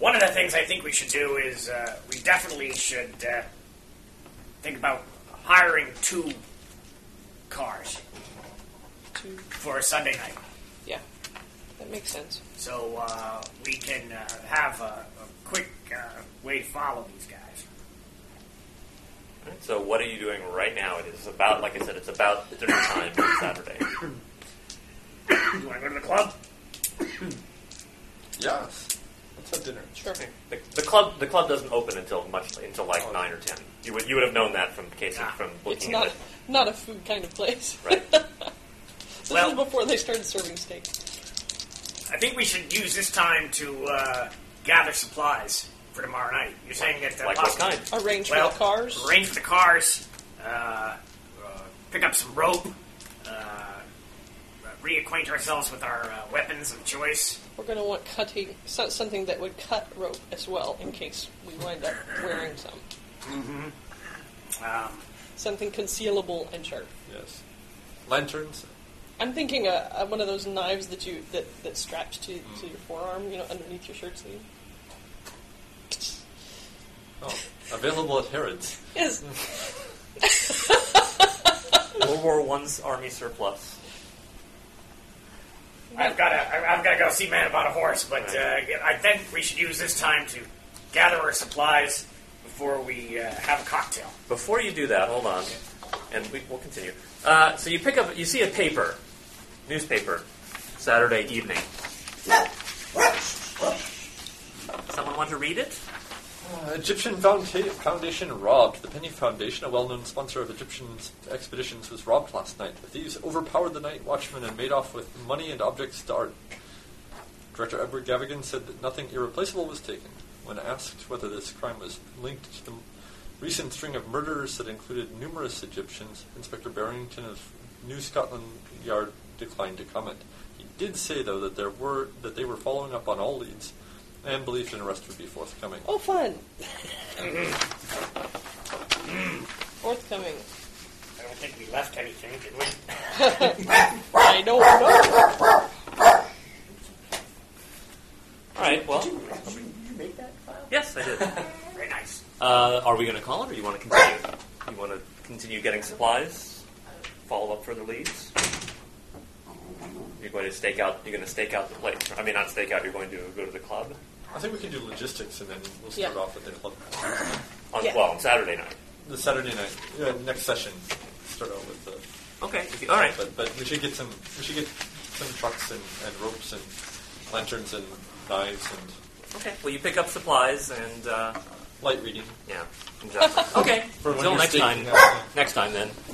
[SPEAKER 3] one of the things I think we should do is uh, we definitely should uh, think about hiring two cars
[SPEAKER 4] Two.
[SPEAKER 3] for a Sunday night,
[SPEAKER 4] Yeah, that makes sense.
[SPEAKER 3] so uh, we can uh, have a, a quick uh, way to follow these guys.
[SPEAKER 2] So what are you doing right now? It is about, like I said, it's about dinner time on Saturday.
[SPEAKER 3] You want to go to the club?
[SPEAKER 5] Yes. Let's have dinner.
[SPEAKER 4] Sure.
[SPEAKER 2] The, the club, the club doesn't open until much until like nine or ten. You would you would have known that from Casey
[SPEAKER 3] Ah,
[SPEAKER 2] from
[SPEAKER 4] It's
[SPEAKER 2] looking
[SPEAKER 4] not
[SPEAKER 2] at it.
[SPEAKER 4] not a food kind of place. [LAUGHS]
[SPEAKER 2] Right.
[SPEAKER 4] This
[SPEAKER 3] Well-
[SPEAKER 4] was before they started serving steak.
[SPEAKER 3] I think we should use this time to uh, gather supplies for tomorrow night. You're saying that uh, the
[SPEAKER 2] Like what
[SPEAKER 3] possible-
[SPEAKER 2] kind?
[SPEAKER 4] Arrange
[SPEAKER 3] Well,
[SPEAKER 4] for the cars.
[SPEAKER 3] Arrange for the cars. Uh, uh, pick up some rope. Uh, uh, reacquaint ourselves with our uh, weapons of choice.
[SPEAKER 4] We're going to want cutting so, something that would cut rope as well, in case we wind up wearing some
[SPEAKER 3] Um,
[SPEAKER 4] something concealable and sharp.
[SPEAKER 5] Yes. Lanterns.
[SPEAKER 4] I'm thinking uh uh one of those knives that you that, that straps to, to your forearm, you know, underneath your shirt sleeve.
[SPEAKER 5] Oh, available at Harrods.
[SPEAKER 4] Yes,
[SPEAKER 2] World War One's army surplus.
[SPEAKER 3] I've got to. I've got to go see man about a horse, but uh, I think we should use this time to gather our supplies before we uh, have a cocktail.
[SPEAKER 2] Before you do that, hold on, and we, we'll continue. Uh, so you pick up, you see a paper, newspaper, Saturday evening. Someone want to read it?
[SPEAKER 5] Uh, Egyptian founda- Foundation robbed. The Penny Foundation, a well-known sponsor of Egyptian s- expeditions, was robbed last night. The thieves overpowered the night watchman and made off with money and objects darned. Director Edward Gavigan said that nothing irreplaceable was taken. When asked whether this crime was linked to the m- recent string of murders that included numerous Egyptians, Inspector Barrington of New Scotland Yard declined to comment. He did say, though, that there were that they were following up on all leads and believed an arrest would be forthcoming.
[SPEAKER 4] Oh, fun! Forthcoming.
[SPEAKER 3] I don't think we left anything, did we?
[SPEAKER 4] I don't know.
[SPEAKER 2] All right. Well, yes, I did.
[SPEAKER 3] Very nice.
[SPEAKER 2] [LAUGHS] Uh, are we going to call it, or you want to continue? You want to continue getting supplies? Follow up further leads. You're going to stake out. You're going to stake out the place. I mean, not stake out. You're going to go to the club
[SPEAKER 5] I think we can do logistics and then we'll start
[SPEAKER 4] Yeah.
[SPEAKER 5] off with the club.
[SPEAKER 2] on
[SPEAKER 4] Yeah.
[SPEAKER 2] well on Saturday night.
[SPEAKER 5] The Saturday night, uh, next session, start out with the.
[SPEAKER 2] Okay. if you- all right.
[SPEAKER 5] But but we should get some we should get some trucks and, and ropes and lanterns and knives and
[SPEAKER 2] Okay. [LAUGHS] Well, you pick up supplies and uh,
[SPEAKER 5] light reading.
[SPEAKER 2] yeah. Exactly. okay.
[SPEAKER 5] [LAUGHS] For when
[SPEAKER 2] Until
[SPEAKER 5] you're
[SPEAKER 2] next
[SPEAKER 5] staking
[SPEAKER 2] time.
[SPEAKER 5] out.
[SPEAKER 2] Next time then.